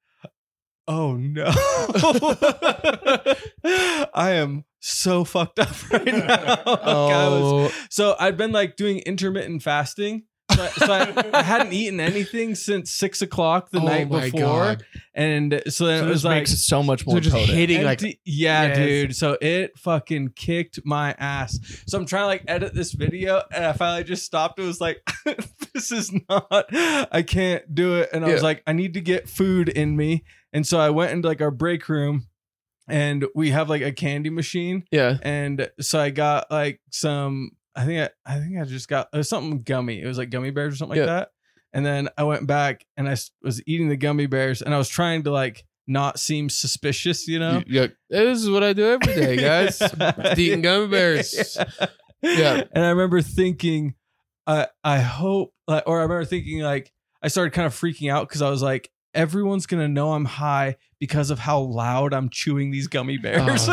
C: <laughs>
D: oh no. <laughs> I am so fucked up right now. <laughs> Like, I
C: Oh,
D: was so I'd been like doing intermittent fasting. So, I, so I, I hadn't eaten anything since six o'clock the
C: oh
D: night
C: my
D: before,
C: God.
D: and so then
B: So
D: it
B: this
D: was like
B: makes it so much more
C: So just
B: potent.
C: hitting like
D: empty- yeah,
C: Yes.
D: dude. So it fucking kicked my ass. So I'm trying to like edit this video, and I finally just stopped. It was like, <laughs> this is not. I can't do it. And I was
C: Yeah.
D: like, I need to get food in me. And so I went into like our break room, and we have like a candy machine
C: yeah.
D: and so I got like some. I think I, I think I just got it was something gummy. It was like gummy bears or something
C: Yeah.
D: like that. And then I went back and I s- was eating the gummy bears and I was trying to like not seem suspicious, you know.
C: You- you're like, this is what I do every
D: <laughs>
C: day, guys. Just Eating gummy bears. Yeah.
D: And I remember thinking, I I hope, like, or I remember thinking like I started kind of freaking out because I was like, everyone's gonna know I'm high because of how loud I'm chewing these gummy
C: Oh,
D: bears.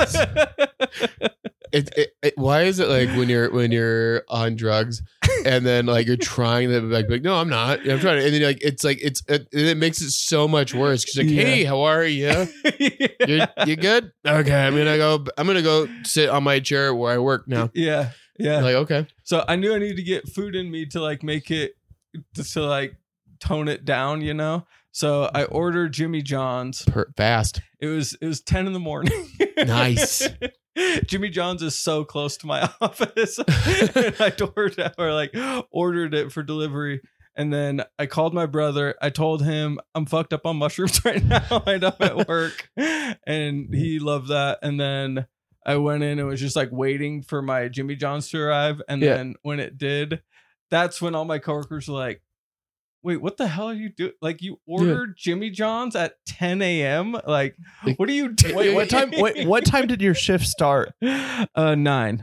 D: <laughs>
C: It, it, it- why is it like when you're when you're on drugs and then like you're trying to like, be like no I'm not I'm trying to and then like it's like it's it, and it makes it so much worse because like
D: Yeah.
C: hey how are you you you good okay I'm gonna go I'm gonna go sit on my chair where I work now
D: <laughs> yeah, yeah.
C: like okay
D: So I knew I needed to get food in me to like make it to, to like tone it down, you know. So
C: Mm-hmm.
D: I ordered Jimmy John's.
C: per- fast
D: It was it was ten in the morning.
C: Nice.
D: <laughs> Jimmy John's is so close to my <laughs> office. and I ordered or like ordered it for delivery. And then I called my brother. I told him I'm fucked up on mushrooms <laughs> right now. and I'm at work. And he loved that. And then I went in and was just like waiting for my Jimmy John's to arrive. And
C: Yeah.
D: then when it did, that's when all my coworkers were like, Wait, what the hell are you doing? Like you ordered Jimmy John's at 10 a.m. Like,
C: Like-
D: what are you doing?
B: Wait, what time? Wait, what
D: <laughs>
B: time did your shift start?
D: Uh, nine.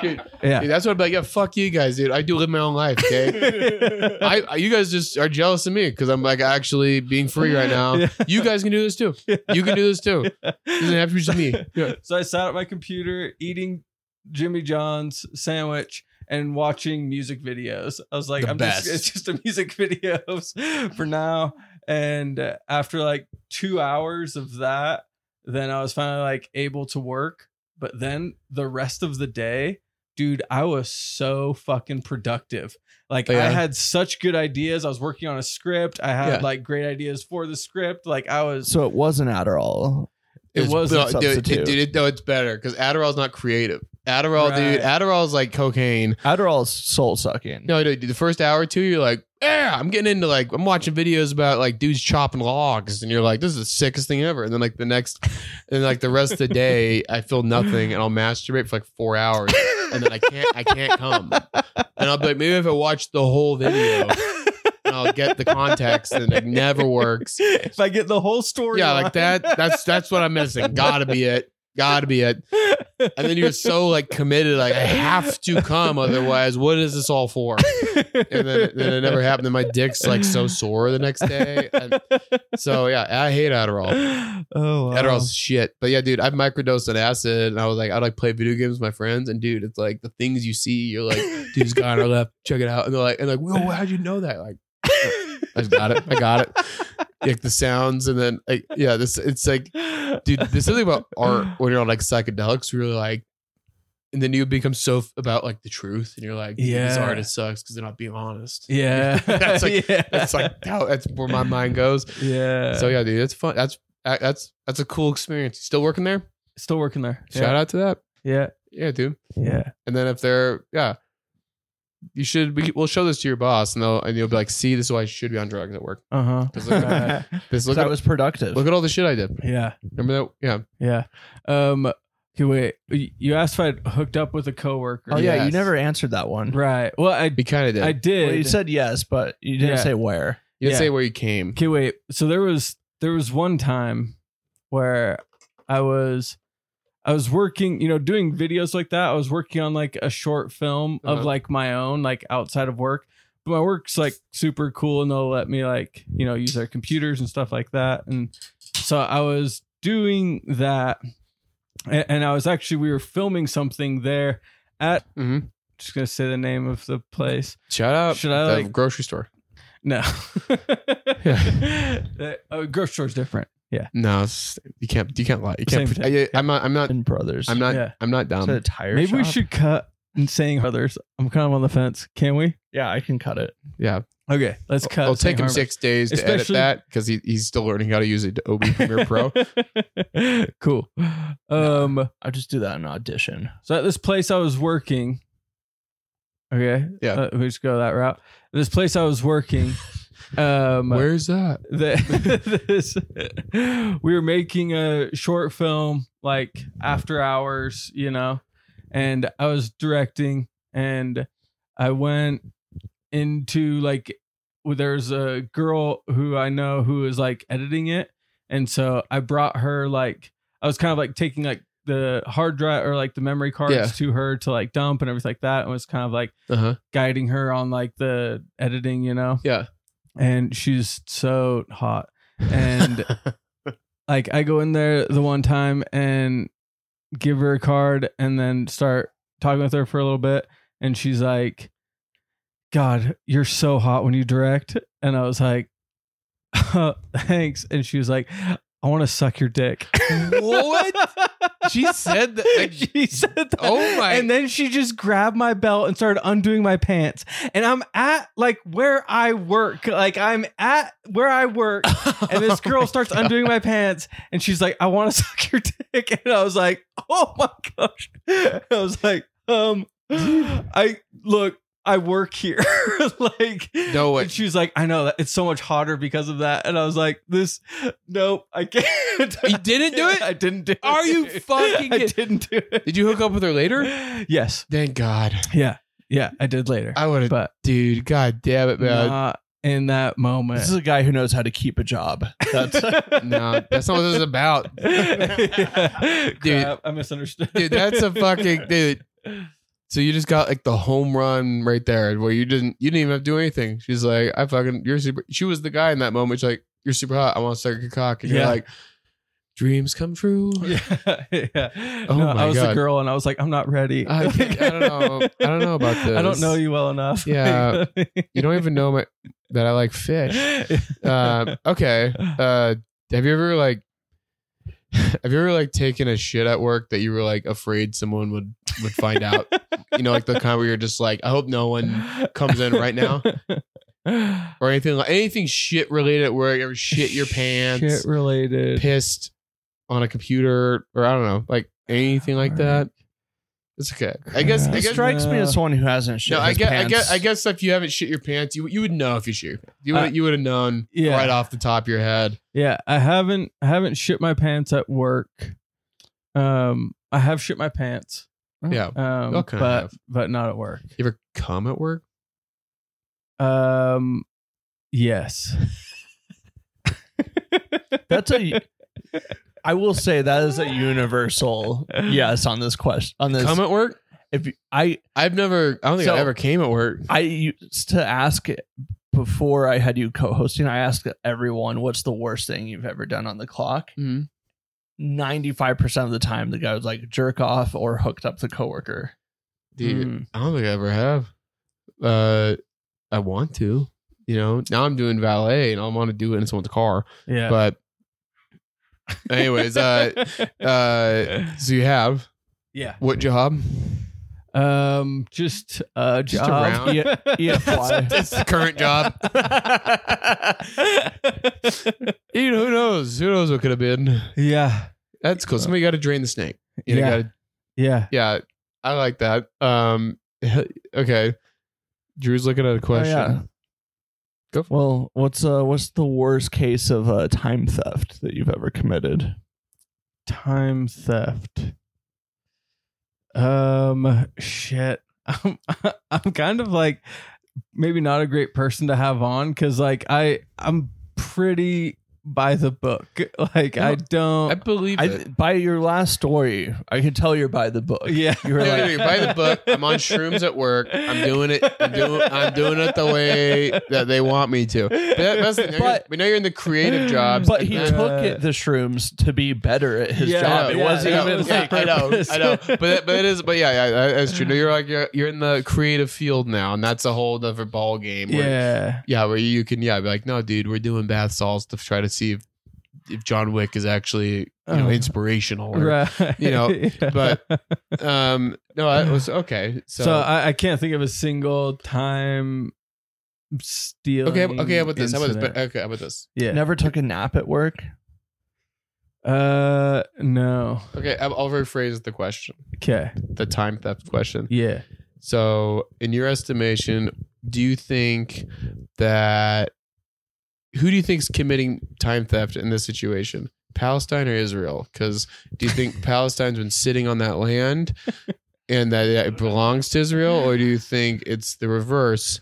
C: dude,
D: Yeah.
C: dude, that's what I'm like yeah fuck you guys dude I do live my own life
D: <laughs>
C: okay
D: I,
C: I, I you guys just are jealous of me because I'm like actually being free right now
D: <laughs> Yeah.
C: you guys can do this too you can do this too
D: <laughs>
C: It doesn't have to be just me. Yeah.
D: So I sat at my computer eating Jimmy John's sandwich and watching music videos. I was like,
C: The
D: I'm
C: best.
D: just it's just a music <laughs> videos for now. And uh, after like two hours of that, then I was finally like able to work. But then the rest of the day, dude, I was so fucking productive. Like
C: Oh, yeah?
D: I had such good ideas. I was working on a script. I had
C: Yeah.
D: like great ideas for the script. Like I was
B: So it wasn't Adderall.
D: It was a
C: dude, it-
B: substitute.
C: dude, it- no, it's better because Adderall's not creative. Adderall, dude,
D: Right.
C: Adderall's like cocaine.
B: Adderall's soul sucking.
C: No, dude, the first hour or two, you're like, yeah, I'm getting into like I'm watching videos about like dudes chopping logs, and you're like, this is the sickest thing ever. And then like the next, and like the rest of the day, I feel nothing, and I'll masturbate for like four hours, and then I can't, I can't come. And I'll be like, maybe if I watch the whole video, <laughs> and I'll get the context, and it never works.
D: <laughs> if I get the whole
B: <gasps>
D: story,
C: Yeah, like that. That's that's what I'm missing. Gotta be it. Gotta be it. And then you're so like committed, like I have to come, otherwise, what is this all for? and then, then it never happened. And my dick's like so sore the next day. And so yeah, I hate Adderall.
D: Oh, wow.
B: <laughs>
C: Adderall's shit. But yeah, dude, I've microdosed an acid, and I was like, I like play video games with my friends, and dude, it's like the things you see. You're
D: <laughs>
C: like, dude's got on our left, check it out, and they're like, and like, whoa, how'd you know that? Like, I just got it, I got it.
D: <laughs>
C: Like the sounds, and then like, yeah, this it's like, dude, there's something about
D: <laughs>
C: art when you're on like psychedelics, where you're like. And then you become so f- about like the truth, and you're like, yeah, this
D: Yeah.
C: artist sucks because they're not being honest. <laughs>
D: Yeah,
C: That's like-
D: <laughs> yeah.
C: that's like how that's where my mind goes.
D: yeah.
C: So yeah, dude, that's fun. That's that's that's a cool experience. Still working there?
D: Still working there.
C: Shout out to that.
D: Yeah,
C: Yeah, dude.
D: yeah,
C: And then if they're yeah, you should we, we'll show this to your boss and they'll and you'll be like, see, this is why I should be on drugs at work.
D: uh huh.
C: Because look,
D: <laughs>
C: at- <laughs>
D: Uh,
C: this
B: So
C: look
B: I
C: at
B: was productive.
C: look at all the shit I did.
D: Yeah,
C: Remember that? Yeah.
D: yeah. Um, okay, wait. You you asked if I hooked up with a coworker.
B: oh yeah, you
C: Yes.
B: never answered that one.
D: Right. Well, I
C: You kind of did.
D: I did.
B: Well, you said yes, but you didn't
D: Yeah.
B: say where.
C: you didn't
D: yeah.
C: say where you came.
D: Okay, wait. So there was there was one time where I was I was working, you know, doing videos like that. I was working on like a short film of
C: Uh-huh.
D: like my own, like outside of work. But my work's like super cool and they'll let me like, you know, use their computers and stuff like that. And so I was doing that a- and I was actually we were filming something there at
C: hmm
D: just gonna say the name of the place.
C: Shout out
D: Should I,
C: the
D: like-
C: grocery store.
D: No. <laughs> yeah. uh, grocery store's different. Yeah.
C: No, it's, you can't you can't lie. You can't
D: Same
C: pre-
D: thing.
C: I, I'm not I'm not
B: And brothers.
C: I'm not um,
D: Yeah.
C: I'm not dumb.
B: Is it a tire
D: Maybe we
B: shop?
D: should cut in saying others. I'm kind of on the fence. Can we?
B: Yeah, I can cut it.
C: yeah.
D: Okay, let's cut.
C: It'll take
D: saying
C: him
D: Harvard.
C: six days to
D: Especially-
C: edit that because he, he's still learning how to use Adobe Premiere
D: <laughs>
C: Pro.
D: cool. Um.
B: I'll just do that in audition.
D: So at this place I was working. Okay.
C: Yeah.
D: Uh, we just go that route. This place I
C: <laughs>
D: was working. Um.
C: Where's that?
D: the, <laughs> this, we were making a short film like after hours, you know, and I was directing and I went into like well, there's a girl who I know who is like editing it. And so I brought her like I was kind of like taking like the hard drive or like the memory cards
C: Yeah.
D: to her to like dump and everything like that and was kind of like
C: Uh huh.
D: guiding her on like the editing, you know?
C: Yeah.
D: And she's so hot.
C: <laughs>
D: And like I go in there the one time and give her a card and then start talking with her for a little bit. And she's like, God, you're so hot when you direct. And I was like, <laughs> thanks. And she was like, I want to suck your dick.
C: What?
D: <laughs>
C: she said that. Like,
D: she said that.
C: Oh my-
D: And then she just grabbed my belt and started undoing my pants. And I'm at like where I work. Like I'm at where
C: <laughs>
D: I work. And this
C: Oh
D: girl starts undoing my pants and she's like, I want to <laughs> suck your dick. And I was like, oh my gosh. <laughs> I was like, um, I look, I work here. <laughs> like,
C: No way.
D: And she was like, I know that it's so much hotter because of that. And I was like, this, nope, I can't. <laughs>
C: You didn't do it?
D: I didn't do it. <laughs>
C: Are you fucking
D: I
C: kid-
D: didn't do it.
C: Did you hook up with her later?
D: Yes.
C: Thank God.
D: Yeah. Yeah. I did later.
C: I would uh, have,
D: but
C: dude. God damn it, man.
D: not in that moment.
B: This is a guy who knows how to keep a job. That's
C: <laughs>
D: <laughs>
C: no, that's not what this is <laughs> about,
D: Yeah.
C: Dude.
D: Crap, I misunderstood.
C: dude. That's a fucking dude. So you just got like the home run right there, where you didn't, you didn't even have to do anything. She's like, I fucking, you're super. She was the guy in that moment. She's like, you're super hot. I want to suck your cock, and you're
D: Yeah.
C: like, dreams come true.
D: <laughs> Yeah, yeah.
C: Oh
D: no,
C: my
D: I was
C: God.
D: a girl, and I was like, I'm not ready.
C: I can't- I don't know. I don't know about
D: <laughs> I don't
C: this.
D: know you well enough. <laughs>
C: Yeah. Uh, You don't even know my, that I like fish.
D: <laughs>
C: uh, okay. Uh, have you ever like, have you ever like taken a shit at work that you were like afraid someone would would find out? you know, like the kind where you're just like, I hope no <laughs> one comes in uh, right
D: <laughs>
C: now or anything like anything shit related at work. Ever shit your pants,
D: Shit related.
C: pissed on a computer, or I don't know, like anything like that. It's okay. <laughs> I guess. I
B: He
C: guess.
B: strikes me
D: no.
B: as someone who hasn't shit
C: No, I
B: his
C: guess, I
B: pants.
C: guess. I guess if you haven't shit your pants, you you would know if you shit your pants. You would
D: Uh,
C: you would have known
D: yeah.
C: right off the top of your head.
D: Yeah, I haven't I haven't shit my pants at work. Um, I have shit my pants.
C: Yeah.
D: Um,
C: Okay, I
D: but
C: have.
D: but not at work.
C: You ever come at work?
D: Um, yes.
B: That's a.
C: <laughs>
B: I will say that is a universal yes on this question. On this,
C: Come at work?
B: if you- I
C: I've never. I don't think
B: So-
C: I ever came at work.
B: I used to ask before I had you co-hosting, I asked everyone, "What's the worst thing you've ever done on the clock?"
C: Mhm.
B: Ninety-five percent of the time, the guy was like jerk off or hooked up the coworker.
C: Dude,
D: Mm.
C: I don't think I ever have. Uh, I want to. You know, now I'm doing valet, and I want to do it in someone's car.
D: Yeah.
C: But, anyways,
D: <laughs>
C: uh, uh, so you have
D: yeah.
C: what job?
D: Um, just a
C: Just
D: job. <laughs>
C: around. <laughs>
B: Yeah, fly.
C: That's the current job. Dude, who knows? Who knows what could have been?
D: yeah.
C: That's cool. Somebody got to drain the snake. You know,
D: Yeah.
C: gotta-
D: Yeah.
C: yeah, I like that. Um, <laughs> okay. Drew's looking at a question. Go for
B: Oh, Well, what's uh, what's the worst case of uh, time theft that you've ever committed?
D: Time theft. Um, shit. <laughs> I'm I'm kind of like maybe not a great person to have on because like I I'm pretty by the book. <laughs> Like I don't.
C: I believe
B: I
C: it.
B: by your last story, I can tell you're by the book.
D: <laughs> yeah,
B: you were
C: Dude,
B: like-
C: dude, buy the book. I'm
D: <laughs>
C: on shrooms at work. I'm doing it. I'm doing. I'm doing it the way that they want me to. But that, that's the thing. You're-
B: But-
C: we know you're in the creative jobs.
B: But
C: and
B: he
C: that-
D: Yeah.
B: took it the shrooms to be better at his
D: Yeah,
B: job. It
D: yeah,
B: wasn't
D: yeah,
B: even
D: it was
C: yeah,
D: the
C: I know,
D: purpose.
C: I know, but that, but it is, but yeah, yeah, that- that's true. No, You're like you're, you're in the creative field now, and that's a whole other ball game. Where,
D: yeah,
C: yeah, where you can yeah be like, no, dude, we're doing bath salts to try to see if, if John Wick is actually you know
D: Oh.
C: inspirational. Or,
D: right.
C: you know,
D: <laughs> Yeah.
C: but- Um, no, that was okay.
D: so, I, I can't think of a single time steal.
C: Okay, okay. How about this? How about this? But uh, okay, how about this?
D: yeah.
B: Never took a nap at work.
D: Uh, no.
C: Okay, I'll I'll rephrase the question,
D: Okay.
C: the time theft question.
D: Yeah.
C: So, in your estimation, do you think that who do you think is committing time theft in this situation? Palestine or Israel? Because do you think Palestine's been sitting on that land and that it belongs to Israel, or do you think it's the reverse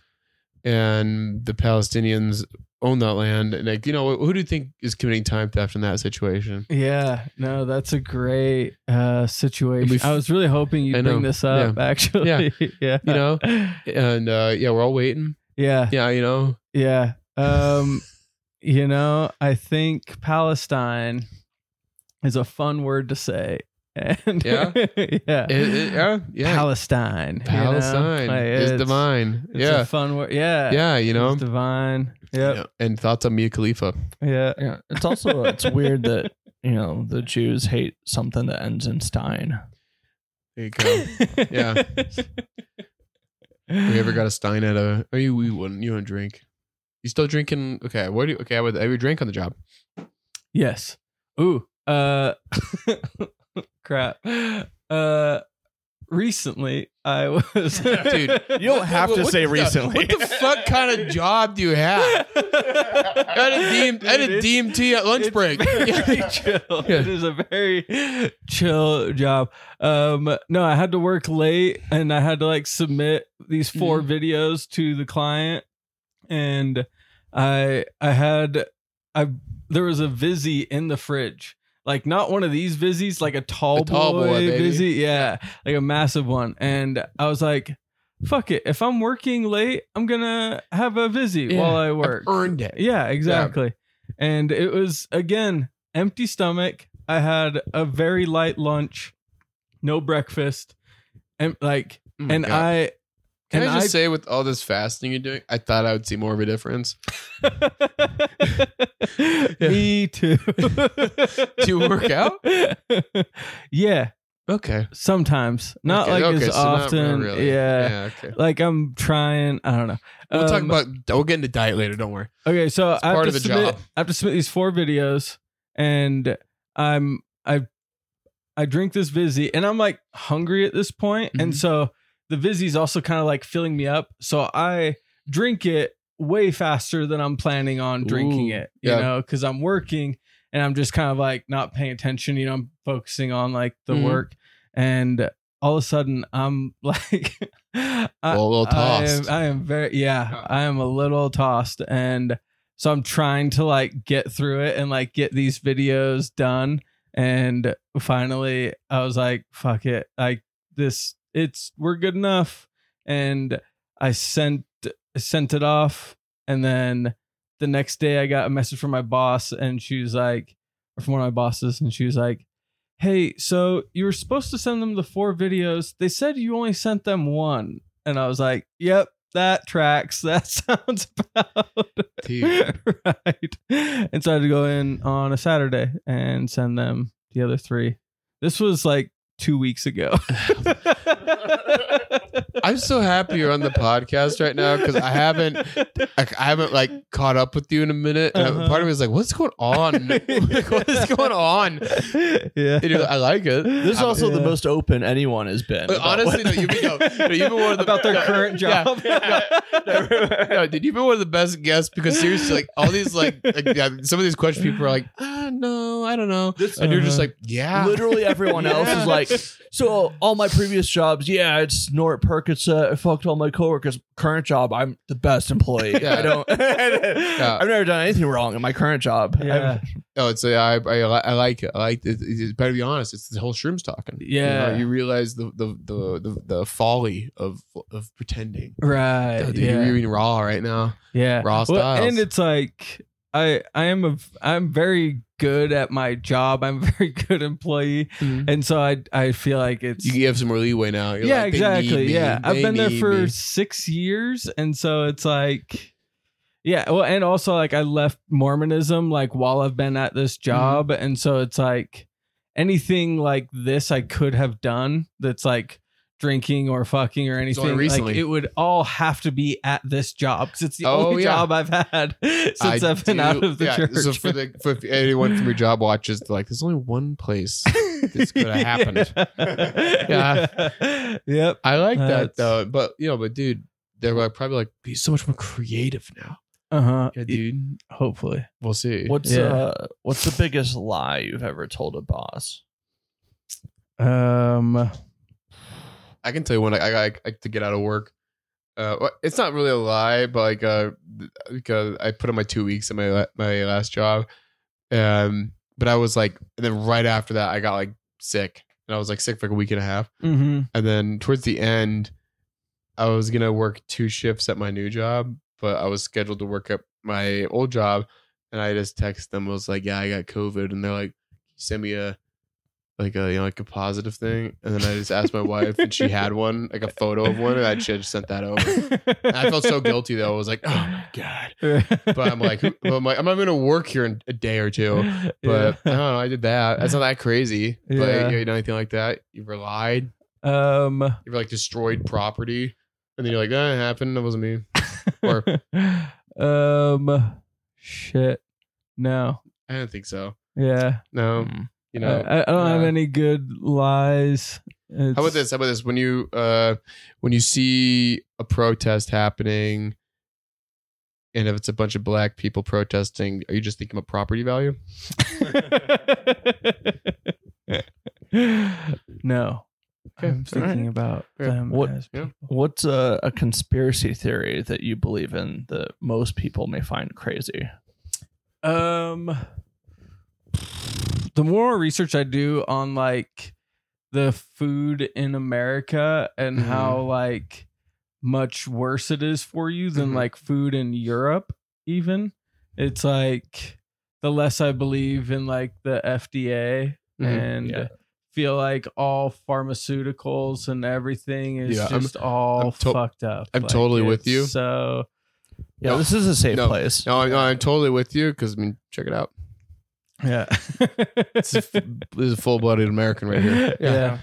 C: and the Palestinians own that land? And like, you know, who do you think is committing time theft in that situation?
D: Yeah. No, that's a great uh situation.
C: We've-
D: I was really hoping
C: I
D: you'd
C: know.
D: bring this up. Actually.
C: Yeah.
D: <laughs> yeah.
C: You know, and uh, yeah, we're all waiting.
D: Yeah.
C: Yeah, you know,
D: Yeah. Um, you know, I think Palestine is a fun word to say. And
C: Yeah?
D: <laughs> yeah.
C: It-
D: <laughs>
C: it- yeah, yeah.
D: Palestine. you know?
C: Palestine
D: Like,
C: is
D: it's-
C: divine.
D: It's
C: Yeah.
D: a fun word. Yeah.
C: yeah, you know.
D: It's divine. Yep.
C: Yeah. And thoughts on Mia Khalifa.
D: <laughs> Yeah.
B: Yeah, it's also uh, it's weird that you know the Jews hate something that ends in Stein.
C: There you go.
D: <laughs>
C: Yeah. we ever got a Stein at a oh you we wouldn't you don't drink. You still drinking okay, what do you okay, I would have you drink on the job.
D: Yes. Ooh. Uh <laughs> crap. Uh recently I was
C: <laughs> Dude,
B: You don't have
D: <laughs>
B: to
C: What
B: say
C: the-
B: recently.
C: What the fuck kind of job do you have? I had a, DM, I had a
D: Dude, it's-
C: DMT at lunch
D: it's
C: break.
D: Very
C: <laughs> Yeah.
D: chill. It is a very chill job. Um, no, I had to work late and I had to like submit these 4
C: Mm-hmm.
D: videos to the client, and I I had I there was a Vizzy in the fridge. Like not one of these Vizzies, like a tall,
C: A tall boy, baby.
D: Vizzy, yeah, like a massive one. And I was like, "Fuck it! If I'm working late, I'm gonna have a Vizzy
C: Yeah,
D: while I
C: I've
D: work."
C: earned it.
D: Yeah, exactly. And it was again empty stomach. I had a very light lunch, no breakfast, and like,
C: Oh my
D: and
C: God.
D: I,
C: Can
D: and
C: I just say, with all this fasting you're doing, I thought I would see more of a
D: <laughs>
C: difference.
D: me too.
C: <laughs> Do you work out?
D: yeah,
C: Okay.
D: sometimes, not
C: Okay,
D: like
C: okay,
D: as
C: so not- not
D: often.
C: really.
D: Yeah.
C: Yeah. Okay.
D: Like I'm trying, I don't know.
C: We'll talk
D: Um,
C: about. We'll get into diet later. Don't worry.
D: Okay, so I have
C: part
D: to
C: of the
D: submit,
C: job.
D: I have to submit these four videos, and I'm I I drink this Vizzy and I'm like hungry at this point.
C: Mhm.
D: And so the Vizzy's also kind of like filling me up. So I drink it way faster than I'm planning on drinking
C: Ooh,
D: it, you
C: yeah.
D: know, because I'm working and I'm just kind of like not paying attention. You know, I'm focusing on like the
C: Mm-hmm.
B: Mhm.
D: work. And all of a sudden I'm <laughs> like, I-
C: Well, a little tossed.
D: I am, I am very yeah.
C: Yeah.
D: I am a little tossed, and so I'm trying to like get through it and like get these videos done. And finally, I was like, "Fuck it! Like this, it's we're good enough." And I sent sent it off, and then the next day I got a message from my boss, and she was like, or from one of my bosses, and she was like. Hey, so you were supposed to send them the four videos. They said you only sent them one. And I was like, yep, that tracks. <laughs> That sounds about
C: Dude.
D: <laughs> right. And so I had to go in on a Saturday and send them the other three. This was like two
C: <laughs>
D: weeks ago.
C: I'm so happy you're on the podcast right now because I haven't, like, I haven't like caught up with you in a minute. And
D: Uh-huh.
C: part of me is like, what's going
D: <laughs>
C: on? Like, what is going on?
D: <laughs> Yeah.
C: And you're like, I like it.
B: This is
C: I'm-
B: also the
D: Yeah.
B: most open anyone has been.
C: <laughs> But
B: about
C: honestly,
B: what-
C: no, you've been, no, no, you've been one of the
D: About their
C: no,
D: current
C: yeah,
D: job.
C: no,
D: <laughs>
C: no, dude, you've been one of the best guests because seriously, like all these, like, like yeah, some of these questions people are like, ah, no, I don't know,
B: This-
C: and you're just
D: Uh-huh.
C: like, yeah,
B: Literally everyone else
C: Yeah.
B: is like, so all my previous jobs, yeah, I'd snort Percocet, I fucked all my coworkers. Current job, I'm the best employee.
C: Yeah.
B: I don't, I've never done anything wrong in my current job.
D: Yeah.
C: oh, it's yeah, I, I, li- I like it. I like it. It's- It's better to be honest. It's the whole shrooms talking.
D: Yeah.
C: you, know, you realize the the, the the the folly of of pretending.
D: Right.
C: Oh, dude,
D: yeah.
C: You're eating raw right now.
D: Yeah.
C: Raw styles.
D: and it's like I I am a I'm very good at my job. I'm a <laughs> very good employee.
C: Mhm.
D: And so I I feel like it's
C: You have some more leeway now. You're
D: yeah,
C: like, they need
D: exactly.
C: me.
D: Yeah. I've
C: They
D: been there
C: need
D: for
C: me.
D: 6 years and so it's like yeah, well and also like I left Mormonism like while I've been at
C: Mm-hmm.
D: this job and so it's like anything like this I could have done that's like drinking or fucking or
C: It's
D: anything
C: only
D: like
C: recently.
D: it would all have to be at this job cuz it's the
C: Oh,
D: only
C: yeah.
D: job I've had <laughs> since I
C: I
D: have been
C: do-
D: out of the
C: yeah,
D: church.
C: So for the for if anyone from your job watches, they're like, there's only one place this
D: <laughs>
C: could have happened.
D: yeah. <laughs> Yep.
C: I like
D: That's-
C: that though, but you know, but dude, they're like, probably like, he's so much more creative now.
D: Uh-huh.
C: Yeah, dude,
D: Hopefully.
C: we'll see.
B: What's
D: Yeah.
B: uh, what's the biggest lie you've ever told a boss?
D: Um
C: I can tell you when I, I, I like to get out of work. Uh, well, it's not really a lie, but like, uh, because I put in my two weeks at my la- my last job, um, but I was like, and then right after that, I got like sick, and I was like sick for like a week and a half. <laughs>
D: mhm.
C: And then towards the end, I was gonna work two shifts at my new job, but I was scheduled to work at my old job. And I just texted them, I was like, "Yeah, I got COVID," and they're like, "Send me a like a you know like a positive thing." And then I just asked my wife, and she had one, like a photo of one, and I should have sent that over. And Oh, I felt
D: <laughs>
C: so <laughs> guilty though. I was like, "Oh my god!" But I'm like, who- but I'm like, I'm not gonna work here in a day or two. But I don't know. I did that. That's not that crazy.
D: Yeah.
C: But you know anything like that? You relied. uh,
D: um,
C: You've like destroyed property, and then you're like, "That happened. That wasn't me." Or-
D: <laughs> um, shit. No.
C: I don't think so.
D: Yeah.
C: No, Um, you know.
D: I, I don't have
C: yeah.
D: any good lies.
C: How about this? How about this? When you uh, when you see a protest happening, and if it's a bunch of black people protesting, are you just thinking about property value?
D: <laughs> no.
C: Okay, all
D: I'm
C: right.
D: thinking about
C: Yeah.
D: them
B: What-
D: as
C: yeah.
D: people.
B: What's uh, a, a conspiracy theory that you believe in that most people may find crazy?
D: Um, the more research I do on like the food in America and
C: Mhm.
D: how like much worse it is for you than
C: Mhm.
D: like food in Europe, even it's like the less I believe in like the FDA
C: Mhm.
D: and.
B: Yeah.
D: Feel like all pharmaceuticals and everything is
C: Yeah, I'm-
D: just all
C: I'm to-
D: fucked up.
C: I'm
D: Like,
C: totally with
D: it's
C: you.
D: So
B: Yeah,
C: No.
B: this is a safe
C: No.
B: place.
C: No, I'm, no, I'm totally with you because I mean, check it out.
D: yeah,
B: <laughs>
C: This is, f- this is a full-blooded American right here.
D: <laughs> yeah.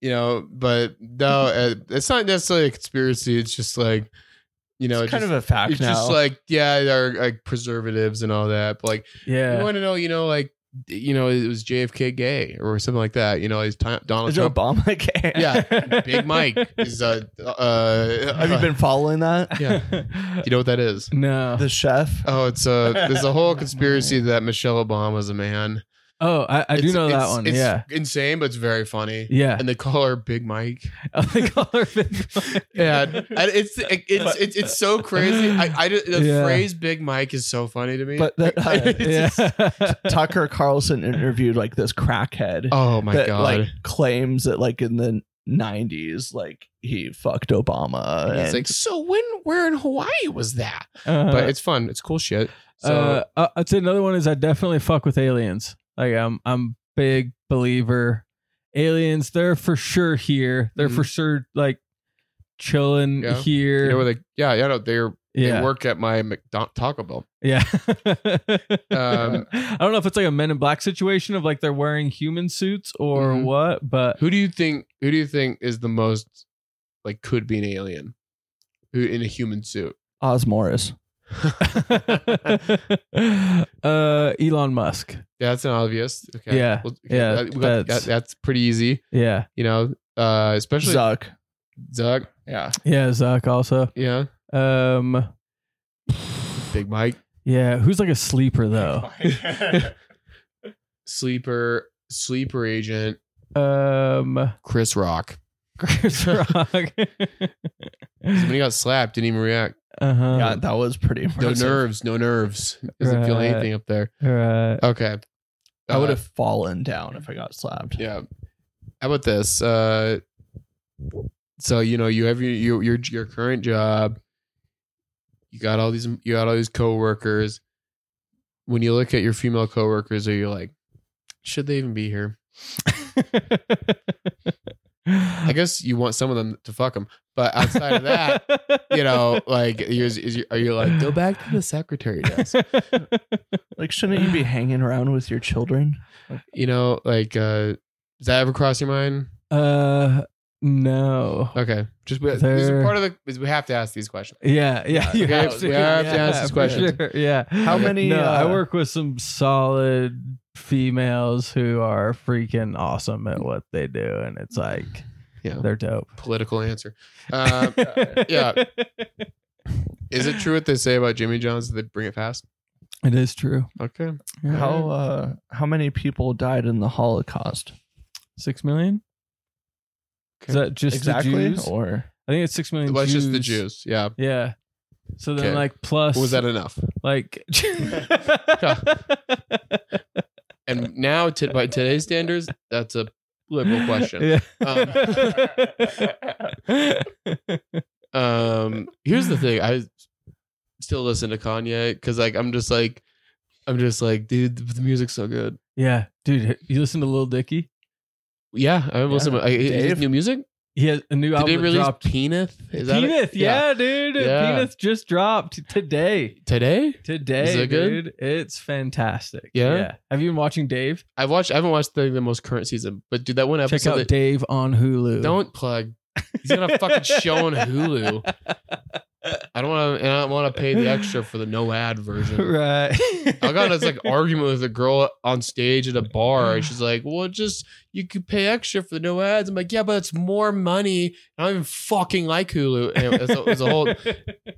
C: you know, but no, uh, it's not necessarily a conspiracy. It's just like, you know,
B: it's kind
C: just-
B: of a fact
C: it's
B: now.
C: just like yeah there are like preservatives and all that but like
D: Yeah.
C: you want to know you know like you know, it was JFK gay or something like that. You know, he's t- Donald
B: Is
C: Trump.
B: Obama <laughs> gay?
D: <laughs>
C: Yeah, Big Mike is uh, uh
B: Have
C: <laughs>
B: you been following that?
C: Do you know what that is?
D: <laughs> no.
B: The
C: <laughs>
B: chef.
C: Oh, it's a there's a whole conspiracy that Michelle Obama's a man.
D: oh, I, I do
C: It's-
D: know that
C: it's-
D: one.
C: It's
D: yeah.
C: insane, but it's very funny.
D: Yeah.
C: And they call her Big Mike.
D: <laughs> I think all our big-
C: <laughs>
D: <laughs>
C: Yeah, and it's it's it's, it's so crazy. I, I just- the
D: Yeah.
C: phrase "Big Mike" is so funny to me.
B: But that-
C: <laughs> It's
D: uh, Yeah.
C: just-
D: <laughs>
B: Tucker Carlson interviewed like this crackhead
C: oh my
B: that
C: god!
B: like claims that like in the 90s like he fucked Obama
C: And it's
B: and
C: like so when where in Hawaii was that?
D: Uh,
C: But it's fun. It's cool shit. So
D: uh, uh, I'd say another one is I definitely fuck with aliens. Like I'm, I'm big believer. Aliens, they're for sure here. They're for sure like chilling
C: Mm-hmm. Yeah.
D: here.
C: you know, like yeah, yeah, no, they're
D: yeah,
C: they work at my McDonald Taco Bell.
D: yeah. <laughs>
C: Um,
D: I don't know if it's like a Men in Black situation of like they're wearing human suits or
C: Mhm.
D: what, but <laughs>
C: Who do you think? Who do you think is the most like could be an alien? Who in a human suit?
B: Oz Morris.
D: uh, Elon Musk.
C: That's an obvious. Okay.
D: Yeah,
C: Well,
D: yeah,
C: that- we got-
D: that's-
C: that- that's pretty easy.
D: Yeah,
C: You know, uh, especially
B: Zuck.
C: Zuck. Yeah.
D: yeah. Zuck also.
C: Yeah.
D: Um,
C: Big Mike.
D: yeah. Who's like a sleeper
C: <laughs>
D: though?
C: Sleeper. Sleeper agent.
D: Um,
C: Chris Rock. <laughs>
D: Chris Rock.
C: When he got slapped, didn't even react.
B: Yeah,
D: uh-huh.
B: that was pretty
C: No
B: impressive.
C: nerves. No nerves. Doesn't feel
D: Right.
C: anything up there.
D: Right.
C: Okay.
B: I would
C: Uh,
B: have fallen down if I got slapped.
C: Yeah. How about this? Uh, so you know you have your, your your your current job. You got all these you got all these coworkers. When you look at your female coworkers, are you like, should they even be here? I guess you want some of them to fuck them, but outside of that, you know, like, is, is you- are you like go back to the secretary desk?
B: Like, shouldn't
C: <sighs>
B: you be hanging around with your children?
C: You know, like, uh, does that ever cross your mind?
D: <laughs> uh, no.
C: Okay, just this
D: There-
C: is part of the is we have to ask these questions.
D: Yeah, yeah.
C: we have- we have to
D: yeah,
C: ask this
D: for
C: question.
D: <laughs> sure, yeah.
B: How
C: Okay.
B: many?
D: no,
B: uh,
D: I work with some solid females who are freaking awesome at what they do, and it's like
C: Yeah,
D: they're dope.
C: political answer. Um, yeah. Is it true what they say about Jimmy John's? that They bring it fast.
D: <laughs> It is true.
C: Okay.
D: Yeah.
B: How uh, how many people died in the Holocaust?
D: Six million? Is
C: Okay.
D: that just the
B: exactly,
D: Jews?
B: or
D: I think it's six million.
C: Well, it's
D: Jews.
C: just the Jews. Yeah.
D: Yeah. So then,
C: Okay.
D: like, plus
C: Was that enough? <laughs>
D: like? <laughs>
C: And now, to, by today's standards, that's a liberal
D: <laughs>
C: question.
D: Yeah. <laughs>
C: Um, here's the thing: I still listen to Kanye because, like, I'm just like, I'm just like, dude, the music's so good.
D: yeah, dude. You listen to Lil Dicky?
C: Yeah, I listen.
B: Yeah.
C: I, his
B: Dave?
C: new music.
D: He has a new
C: Did
D: album
C: they
D: that
C: release
D: dropped.
C: Peanut? Is that it?
D: Penis, yeah, dude.
C: Yeah.
D: Penis just dropped today.
C: Today,
D: Today,
C: Is it good?
D: dude. It's fantastic.
C: Yeah?
D: Have you been watching Dave?
C: I watched. I haven't watched the, the most current season, but dude, that one
D: Check
C: episode.
D: out
C: that-
D: Dave on Hulu.
C: Don't plug. He's gonna fucking show
D: <laughs>
C: on Hulu. I don't want to. I don't want to pay the extra for the no ad version.
D: <laughs> Right.
C: <laughs> I got in this Oh, like argument with a girl on stage at a bar,
D: <sighs>
C: and she's like, "Well, just you could pay extra for the no ads." I'm like, "Yeah, but it's more money." I don't even fucking like Hulu. And it's, a, it's a whole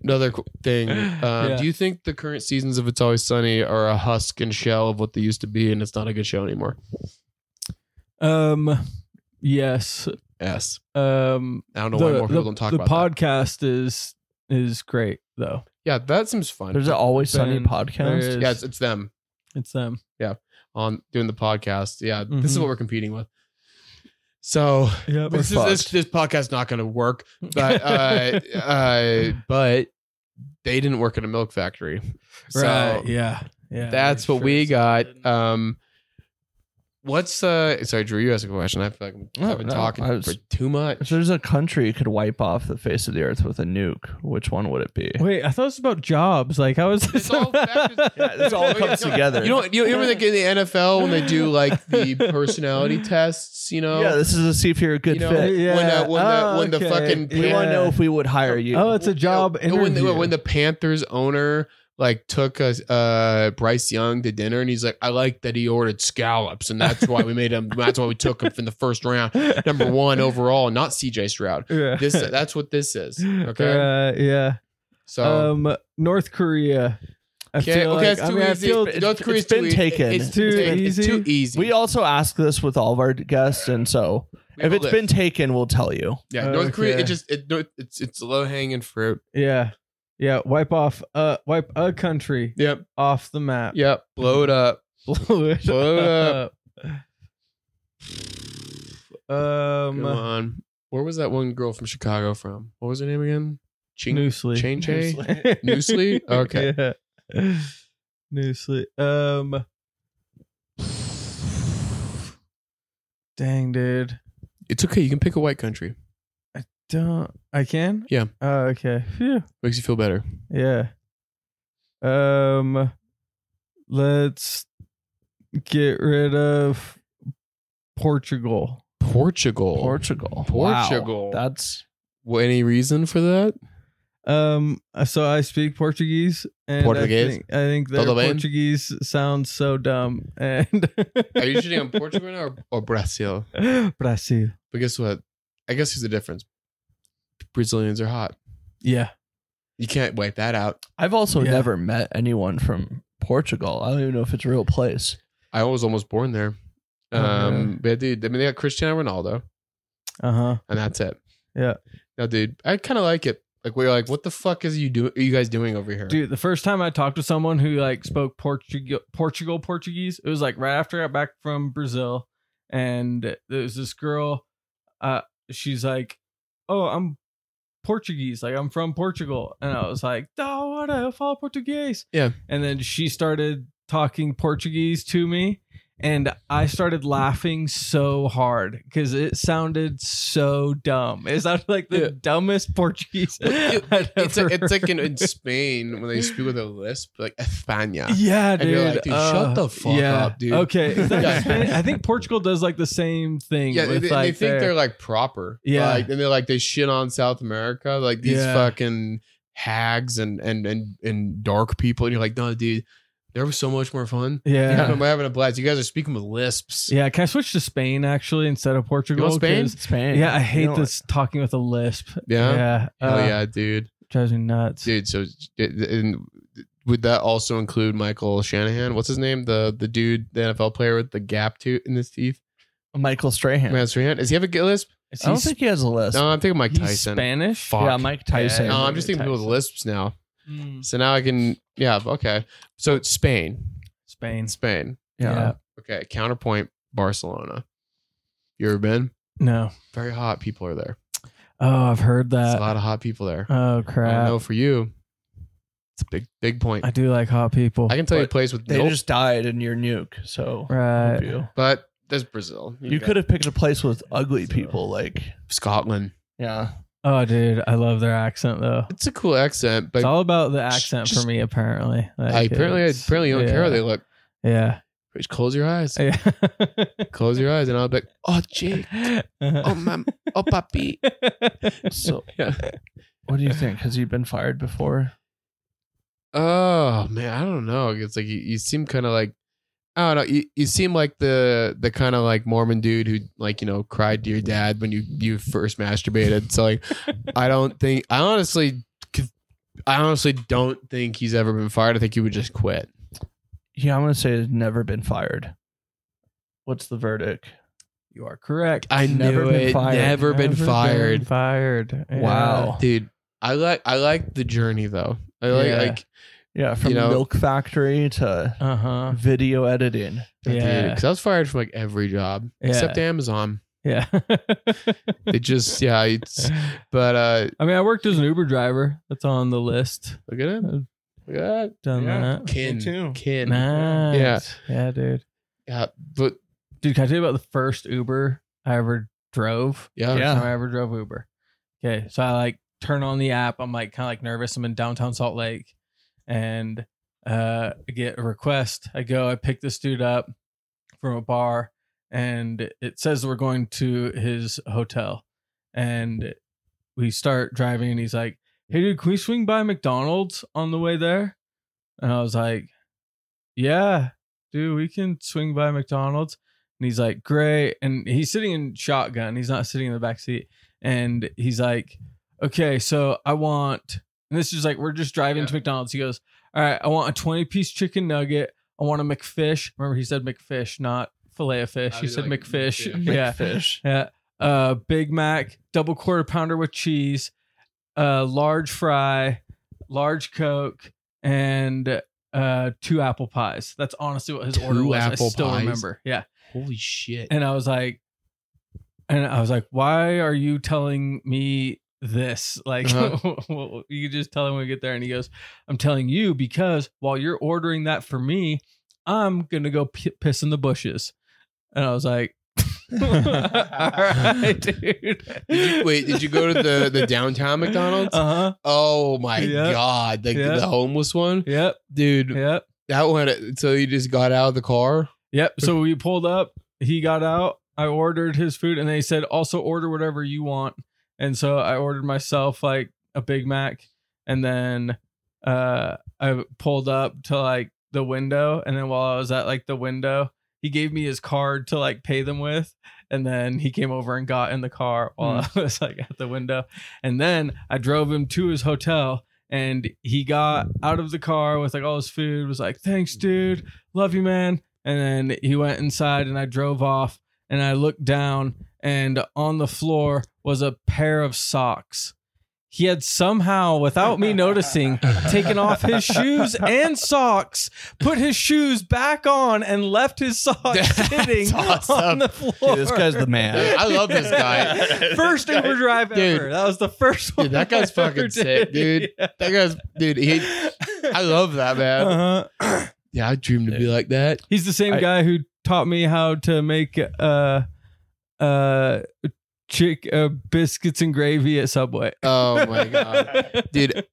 C: another co- thing. Um,
D: Yeah.
C: Do you think the current seasons of It's Always Sunny are a husk and shell of what they used to be, and it's not a good show anymore?
D: <laughs> Um. Yes.
C: Yes.
D: Um.
C: I don't know
D: the-
C: why more people
D: the-
C: don't talk
D: the
C: about that.
D: podcast is is great though.
C: Yeah, that seems fun.
B: there's an Always Sunny
D: Then
B: podcast.
D: there is-
C: yeah, it's, it's them.
D: It's them.
C: on doing the podcast. Yeah, this is
D: Mhm.
C: what we're competing with. So
D: Yeah.
C: this, is,
B: fucked.
C: this this podcast's not going to work, but uh, uh, but they didn't work at a milk factory, so
D: <laughs> right. Yeah. Yeah.
C: that's
D: I'm
C: what we
D: sure
C: got.
D: it's-
C: Um, what's uh? Sorry, Drew, you asked a question. I feel like I'm,
B: No,
C: I've been
B: no,
C: talking
B: I was-
C: for too
B: If
C: much.
B: there's a country you could wipe off the face of the earth with a nuke, which one would it be?
D: Wait, I thought it was about jobs. Like, how is
C: It's
D: this?
C: all
D: <laughs>
C: factors-
B: Yeah, this
C: <laughs>
B: all comes together.
C: You know, you know, like in the NFL when they do
B: <laughs>
C: like the personality tests, you know,
B: yeah, this is a see if you're a good
C: you know,
B: fit.
D: Yeah.
C: when, uh, when the
D: Oh,
C: when the
D: okay.
C: fucking
B: We want to know if we would hire you.
D: Oh, it's a job
C: When the,
D: interview.
C: when the Panthers owner like took us uh Bryce Young to dinner and he's like, I like that he ordered scallops and that's why we made him <laughs> that's why we took him from the first round, number one overall, not CJ Stroud.
D: <laughs> Yeah. <laughs>
C: This that's what this is. Okay.
D: Uh, yeah.
C: So
D: um, North Korea. I
C: okay,
D: feel
C: okay,
D: like-
C: it's
D: I
C: too
D: mean, I
C: easy.
D: feel-
B: It's-
C: North
B: it's
C: Korea's
B: been
C: too easy.
B: taken.
C: It's
D: Too
C: it's too
D: easy.
C: easy.
B: We also ask this with all of our guests, and so
C: We
B: if
C: will
B: it's
C: live.
B: been taken, we'll tell you.
C: yeah,
D: Oh,
C: North Korea,
D: okay.
C: it just it, North- it's it's low hanging fruit.
D: yeah, yeah. Wipe off. Uh, wipe a country
C: Yep,
D: off the map.
C: yep. Blow it up.
D: <laughs> Blow it
C: Blow it up. Come
D: Um,
C: on. Where was that one girl from Chicago from? What was her name again? Ching
D: Noosely.
C: Chain Chay?
D: Noosely.
C: <laughs> Noosely? Okay.
D: <laughs> Yeah. Noosely. Um. Dang, dude.
C: It's okay. You can pick a white country.
D: Don't I can?
C: Yeah.
D: Oh, okay. Phew.
C: Makes you feel better.
D: Yeah. Um. Let's get rid of Portugal.
C: Portugal.
B: Portugal.
C: Portugal.
B: Wow. That's
C: well, any reason for that?
D: Um. So I speak Portuguese, and
C: Portuguese?
D: I think, I think their
C: Tudo bem?
D: Portuguese sounds so dumb. And
C: Are you
D: <laughs>
C: shitting on Portugal now or, or Brazil?
D: Brazil.
C: But guess what? I guess here's the difference. Brazilians are hot.
D: Yeah.
C: You can't wipe that out.
B: I've also
D: Yeah.
B: never met anyone from Portugal. I don't even know if it's a real place.
C: I was almost born there. Um, but dude, I mean, they got Cristiano Ronaldo,
D: Uh huh.
C: and that's it.
D: Yeah.
C: Now, dude, I kind of like it. Like we are like, what the fuck is you doing? Are you guys doing over here?
D: Dude, the first time I talked to someone who like spoke Portugal Portugal Portuguese, it was like right after I got back from Brazil, and there was this girl. Uh, she's like, "Oh, I'm Portuguese. Like I'm from Portugal," and I was like, "Da hora, eu falo português."
C: Yeah.
D: And then she started talking Portuguese to me, and I started laughing so hard because it sounded so dumb. It sounded like the
C: Yeah.
D: dumbest Portuguese.
C: It-
D: <laughs> I'd
C: it's
D: ever
C: like, it's like in,
D: heard.
C: in Spain when they speak with a lisp, like España.
D: <laughs> Yeah,
C: And
D: dude. Uh,
C: you're like, dude, shut the fuck up, dude.
D: Okay. Is that
C: <laughs> Yeah.
D: Spain? I think Portugal does like the same thing.
C: Yeah, they,
D: with,
C: they- they
D: like,
C: think they're like proper.
D: Yeah.
C: like, and they're like they shit on South America, like these
D: Yeah.
C: fucking hags and and and and dark people. And you're like, no, dude, there was so much more fun. <laughs>
D: yeah.
C: I'm having a blast. You guys are speaking with lisps.
D: Yeah, can I switch to Spain actually instead of Portugal?
C: Spain?
D: 'Cause-
B: Spain.
D: Yeah, I hate
B: You know,
D: this talking with a lisp.
C: Yeah?
D: yeah,
C: Hell
D: uh,
C: yeah, dude,
D: drives me nuts.
C: dude. So, and would that also include Michael Shanahan? What's his name? The the dude, the NFL player with the gap tooth in his teeth.
B: Michael Strahan.
C: Michael Shanahan. Does he have a lisp?
D: Is
B: I don't
D: he
B: think he has a list.
C: No, I'm thinking Mike
D: he's
C: Tyson.
D: Spanish.
C: Fuck.
B: Yeah, Mike Tyson.
C: No, I'm just thinking people with lisps now.
D: Mm,
C: So now I can, yeah, okay. So it's Spain,
D: Spain.
C: Spain.
B: Yeah.
D: Yeah.
C: Okay, counterpoint Barcelona. You ever been?
D: No.
C: Very hot people are there.
D: Oh, I've heard
B: Uh,
C: There's a
D: that.
C: lot of hot people there.
D: Oh
C: I
D: crap.
C: know for you, it's a big, big point.
D: I do like hot people.
C: I can tell you a
B: But
C: place with
B: They
C: no,
B: just died in your nuke, so
D: right.
B: you.
C: but there's Brazil.
B: You could have picked a place with ugly people, like
C: Scotland.
B: yeah.
D: Oh, dude, I love their accent though.
C: It's a cool accent, but
D: it's
C: I,
D: all about the accent
C: just-
D: for me, apparently. Like,
C: apparently, I
D: it's-
C: apparently you don't
D: yeah,
C: care how they look.
D: Yeah. <laughs>
C: Just close your eyes.
D: Yeah.
C: Close your eyes, and I'll be like, oh, Jake. Oh, my, oh, papi.
B: So
C: <laughs> Yeah.
B: what do you think? Has he been fired before?
C: Oh man, I don't know. It's like you, you seem kind of like I don't know. You, you seem like the the kind of like Mormon dude who like you know cried to your dad when you you first masturbated. So like I don't think I honestly I honestly don't think he's ever been fired. I think he would just quit.
B: Yeah, I'm gonna say he's never been fired. What's the verdict?
D: <laughs> you are correct.
C: I
B: Never
C: knew
B: been
C: it.
B: fired.
C: Never been
D: Never
C: fired,
D: fired. Yeah.
B: Wow.
C: dude. I like I like the journey though. I like
D: Yeah.
C: like
B: Yeah, from
C: You know-
B: milk factory to
D: Uh huh.
B: video editing.
D: Yeah.
C: because I was fired from like every job
D: Yeah.
C: except Amazon.
D: Yeah.
C: They just yeah. It's, but uh,
D: <laughs> I mean, I worked as an Uber driver. That's on the list.
C: look at it. Look at that.
D: Done
C: Yeah.
D: that.
C: Kin.
B: Me too.
C: Kin.
D: Oh, Nice. Yeah. Yeah, dude.
C: Yeah. But
D: Dude, can I tell you about the first Uber I ever drove?
C: yeah.
B: Yeah.
D: first time I ever drove Uber. Okay, so I like turn on the app. I'm like kind of like nervous. I'm in downtown Salt Lake, and uh, I get a request. I go, I pick this dude up from a bar, and it says we're going to his hotel, and we start driving, and he's like, "Hey, dude, can we swing by McDonald's on the way there?" And I was like, yeah, dude, we can swing by McDonald's. And he's like, great. And he's sitting in shotgun. He's not sitting in the back seat. And he's like, okay, so I want, and this is like, we're just driving
C: Yeah.
D: to McDonald's. He goes, all right, I want a 20 piece chicken nugget. I want a McFish. Remember, he said McFish, not filet of fish.
C: Oh,
D: He
C: he's
D: said
C: like,
D: McFish.
C: McFish.
D: <laughs> Yeah.
B: fish.
D: Yeah. Uh, Big Mac, double quarter pounder with cheese, uh, large fry, large Coke, and uh, two apple pies. That's honestly what his
C: Two
D: order was. I
C: apple
D: still
C: pies?
D: remember. Yeah.
C: Holy shit.
D: And I was like, and I was like, why are you telling me this? <laughs> Like,
C: Uh-huh.
D: you could just tell him when we get there. And he goes, I'm telling you because while you're ordering that for me, I'm going to go p- piss in the bushes. And I was like, <laughs> all right, dude.
C: <laughs> Did you, wait, did you go to the, the downtown McDonald's?
D: <laughs> Uh huh.
C: oh my
D: Yeah.
C: god, like
D: Yeah.
C: the homeless one,
D: Yep.
C: dude.
D: Yep.
C: That one. So you just got out of the car.
D: Yep. So we pulled up. He got out. I ordered his food, and they said also order whatever you want. And so I ordered myself like a Big Mac, and then uh, I pulled up to like the window, and then while I was at like the window, he gave me his card to like pay them with, and then he came over and got in the car while
C: Hmm.
D: <laughs> I was like at the window, and then I drove him to his hotel. And he got out of the car with like all his food, was like, thanks, dude. Love you, man. And then he went inside and I drove off and I looked down and on the floor was a pair of socks. He had somehow, without
C: <laughs>
D: me noticing, taken off his shoes and socks, put his shoes back on, and left
C: <laughs>
D: his socks
C: That's
D: sitting on
C: awesome.
D: the floor.
B: <laughs> Dude, this guy's the man.
C: I love this
D: <laughs>
C: guy.
D: First
B: This guy-
D: Uber drive
C: Dude.
D: ever. That was the first one.
C: Dude, that guy's
D: I ever
C: fucking sick,
D: did.
C: dude.
D: <laughs>
C: That guy's dude. He, uh, I love that man.
D: Uh-huh.
C: Yeah, I dreamed to be like that.
D: He's the same
B: I-
D: guy who taught me how to make uh uh chick uh, biscuits and gravy at Subway.
C: Oh
D: <laughs>
C: my god, dude!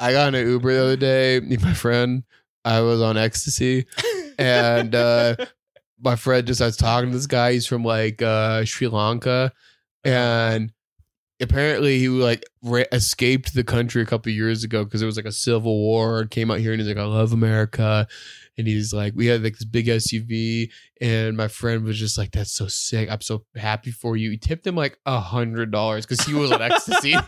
C: I got in an Uber the other day. Me and my friend, I was on ecstasy, and uh, my friend just I was talking to this guy. He's from like uh, Sri Lanka, and apparently he like ra- escaped the country a couple years ago because there was like a civil war. and Came out here and he's like, I love America. And he's like, we had like this big SUV, and my friend was just like, "That's so sick! I'm so happy for you." He tipped him like a hundred dollars because he was on ecstasy. And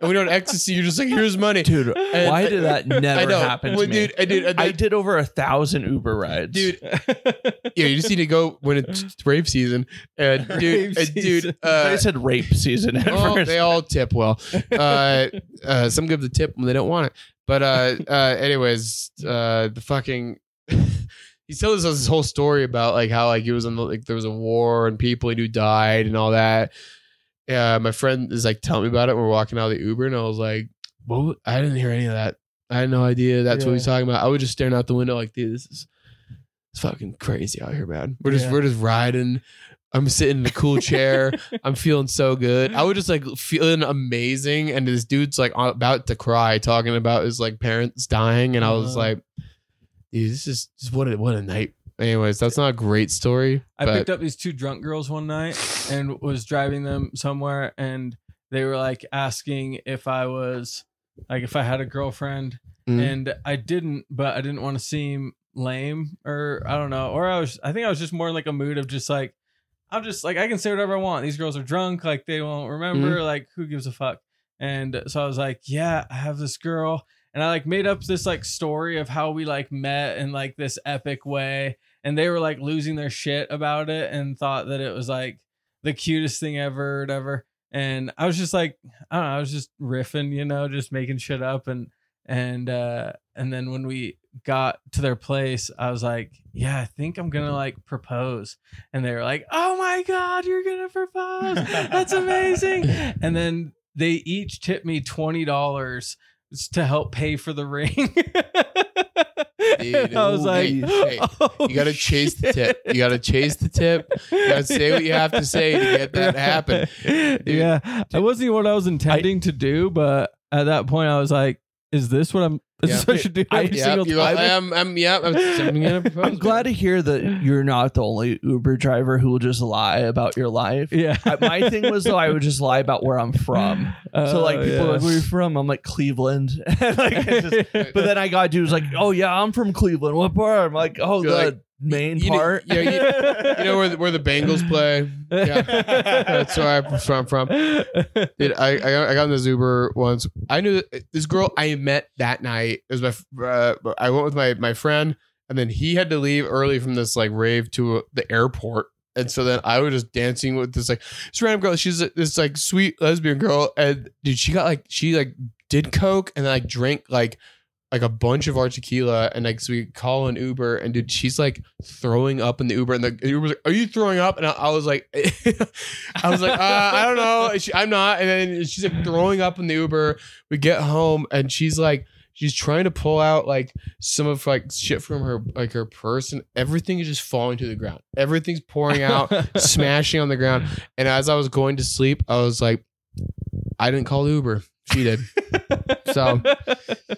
C: we don't ecstasy. You're just like, here's money.
B: Dude,
C: And-
B: why did that never
C: <laughs> <laughs> I know.
B: happen to
C: Well,
B: me?
C: dude, I did. I did.
B: I did over a thousand Uber rides.
C: dude, <laughs> yeah, you just need to go when it's rave season. And dude,
D: Rave
C: and
D: season.
C: dude,
B: <laughs> they <laughs>
C: uh,
B: said rape season
C: <laughs>
B: at
C: well,
B: first.
C: they all tip well. Uh, uh, some give the tip when they don't want it. But uh, uh, anyways, uh, the fucking. <laughs> He's telling us this whole story about like how like it was on the, like there was a war and people he knew died and all that. Yeah, my friend is like telling me about it. We're walking out of the Uber and I was like, "Well, I didn't hear any of that. I had no idea that's what
D: Yeah.
C: he's talking about." I was just staring out the window like, "Dude, this is it's fucking crazy out here, man. We're just
D: Yeah.
C: we're just riding. I'm sitting in the cool
D: <laughs>
C: chair. I'm feeling so good. I was just like feeling amazing, and this dude's like about to cry, talking about his like parents dying, and I was
D: Uh.
C: like, "Dude, this is just what a what a night." Anyways, that's not a great story.
D: I
C: but
D: picked up these two drunk girls one night and was driving them somewhere, and they were like asking if I was like if I had a girlfriend,
C: Mm.
D: and I didn't, but I didn't want to seem lame or I don't know, or I was I think I was just more in like a mood of just like I'm just like I can say whatever I want. These girls are drunk, like they won't remember, like who gives a fuck. And so I was like, yeah, I have this girl, and I like made up this like story of how we like met in like this epic way, and they were like losing their shit about it and thought that it was like the cutest thing ever, or whatever. And I was just like, I don't know, I was just riffing, you know, just making shit up and and uh and then when we got to their place i was like yeah i think i'm gonna like propose and they were like oh my god you're gonna propose that's amazing and then they each tipped me $20 to help pay for the ring <laughs> And i was like
C: Dude, hey, hey,
D: "Oh, <laughs>
C: you gotta chase the tip.
D: shit."
C: You gotta chase the tip.
D: You
C: gotta say what you have to say to get that to
D: <laughs>
C: happen.
D: yeah, it wasn't even what I was intending to do, but at that point, I was like, is this what I'm? Is
C: Yeah.
D: this what I should do
C: I,
D: every single
C: you, I,
D: time? <laughs>
C: am, I'm, yeah, I'm, I'm gonna propose.
B: I'm glad to hear that you're not the only Uber driver who will just lie about your life.
D: <laughs> yeah.
B: I- My thing was though I would just lie about where I'm from. So
D: Oh,
B: like people are
D: yeah.
B: like, where are you from? I'm like Cleveland. <laughs> And, like, it's just- but then I got dudes like, oh yeah, I'm from Cleveland. What part? I'm like, oh
C: You're
B: the
C: like,
B: main
C: you know-
B: part.
C: yeah, you- <laughs> you know where the, where the Bengals play.
D: <laughs>
C: Yeah, that's where I'm from. From Dude, I, I got- I got in this Uber once. I knew that this girl I met that night. It was my f- uh, I went with my my friend, and then he had to leave early from this like rave to the airport. And so then I was just dancing with this like this random girl. She's this like sweet lesbian girl, and dude, she got like she like did coke and like drank like like a bunch of our tequila, and like so we call an Uber, and dude, she's like throwing up in the Uber, and the Uber was like, "Are you throwing up?" And I, I was like, <laughs> I was like, uh, I don't know, And she, I'm not. And then she's like throwing up in the Uber. We get home, and she's like. She's trying to pull out like some of like shit from her like her purse and everything is just falling to the ground. Everything's pouring <laughs> out smashing on the ground. And as I was going to sleep, I was like, I didn't call Uber. She did. so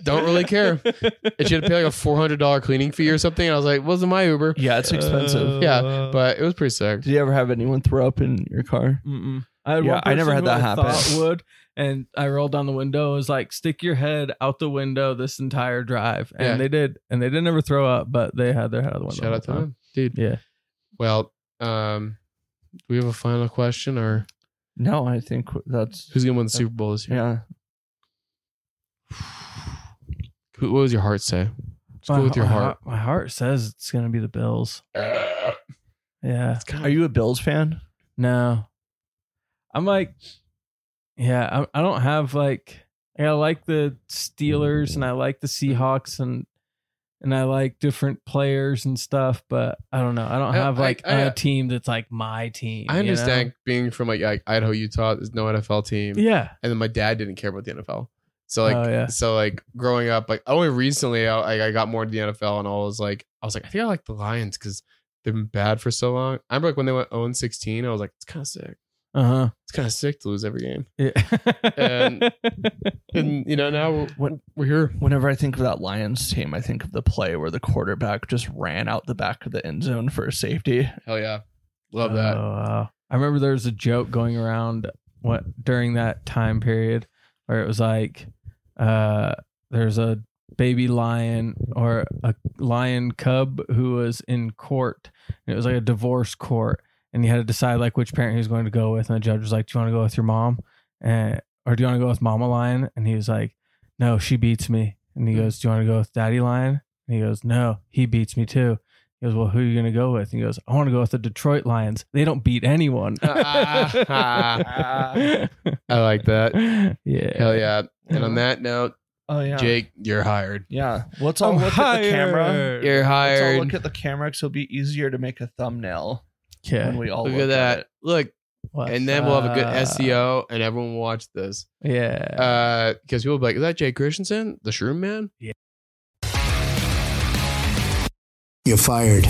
C: don't really care. And she had to pay like a four hundred dollar cleaning fee or something. And I was like, wasn't my Uber.
B: <laughs> yeah, it's expensive.
D: Uh,
C: Yeah. But it was pretty sick.
B: Did you ever have anyone throw up in your car?
D: Mm-mm. I had
B: Yeah,
D: one
B: I never had
D: person who
B: that
D: I
B: happen.
D: thought Would and I rolled down the window. It was like stick your head out the window this entire drive, and
C: Yeah.
D: they did, and they didn't ever throw up, but they had their head out the window.
C: Shout
D: the
C: out to
D: whole time.
C: them. Dude.
D: Yeah.
C: Well, um, do we have a final question or
B: No, I think that's
C: who's gonna win the
D: Uh,
C: Super Bowl this year?
B: yeah.
C: Who, what does your heart say? Just go with your heart.
D: My heart Uh, says it's gonna be the Bills. Yeah.
B: Are you a Bills fan?
D: No. I'm like, yeah. I, I don't have like. I like the Steelers and I like the Seahawks and and I like different players and stuff, but I don't know. I don't
C: I-
D: have
C: I-
D: like a
C: I-
D: team that's like my team.
C: I
D: you know?
C: understand being from like, like Idaho, Utah, there's no NFL team.
D: Yeah.
C: and then my dad didn't care about the NFL. So like,
D: oh yeah.
C: so like growing up, like only recently I, I got more into the NFL, and I was like, I was like, I think I like the Lions because they've been bad for so long. I remember like when they went 0 16, I was like, it's kind of sick.
D: Uh huh.
C: It's kind of sick to lose every game.
D: Yeah. <laughs>
C: And- And you know now we're,
B: When-
C: we're here.
B: Whenever I think of that Lions team, I think of the play where the quarterback just ran out the back of the end zone for a safety.
C: Hell yeah, love that.
D: Oh, wow. I remember there was a joke going around what during that time period where it was like uh there's a baby lion or a lion cub who was in court and it was like a divorce court and you had to decide like which parent he was going to go with and the judge was like do you want to go with your mom and or do you want to go with mama lion and he was like no she beats me and he
C: Hmm.
D: goes do you want to go with daddy lion and he goes no he beats me too he goes well who are you going to go with and he goes i want to go with the detroit lions they don't beat
C: <laughs>
D: anyone <laughs>
C: I I like that.
D: yeah
C: Hell yeah. And on that note,
B: Oh yeah,
C: Jake, you're hired.
B: yeah. Let's all look at the camera.
C: You're
B: Let's all
C: hired.
B: look at the camera, so it'll be easier to make a thumbnail when
D: Okay.
B: we all
C: Look at that. Look,
D: What's
C: and then we'll have a good E
D: up?
C: SEO, and everyone will watch this.
D: Uh. Yeah.
C: because people will be like, "Is that Jay Christensen, the Shroom Man?"
A: You're fired.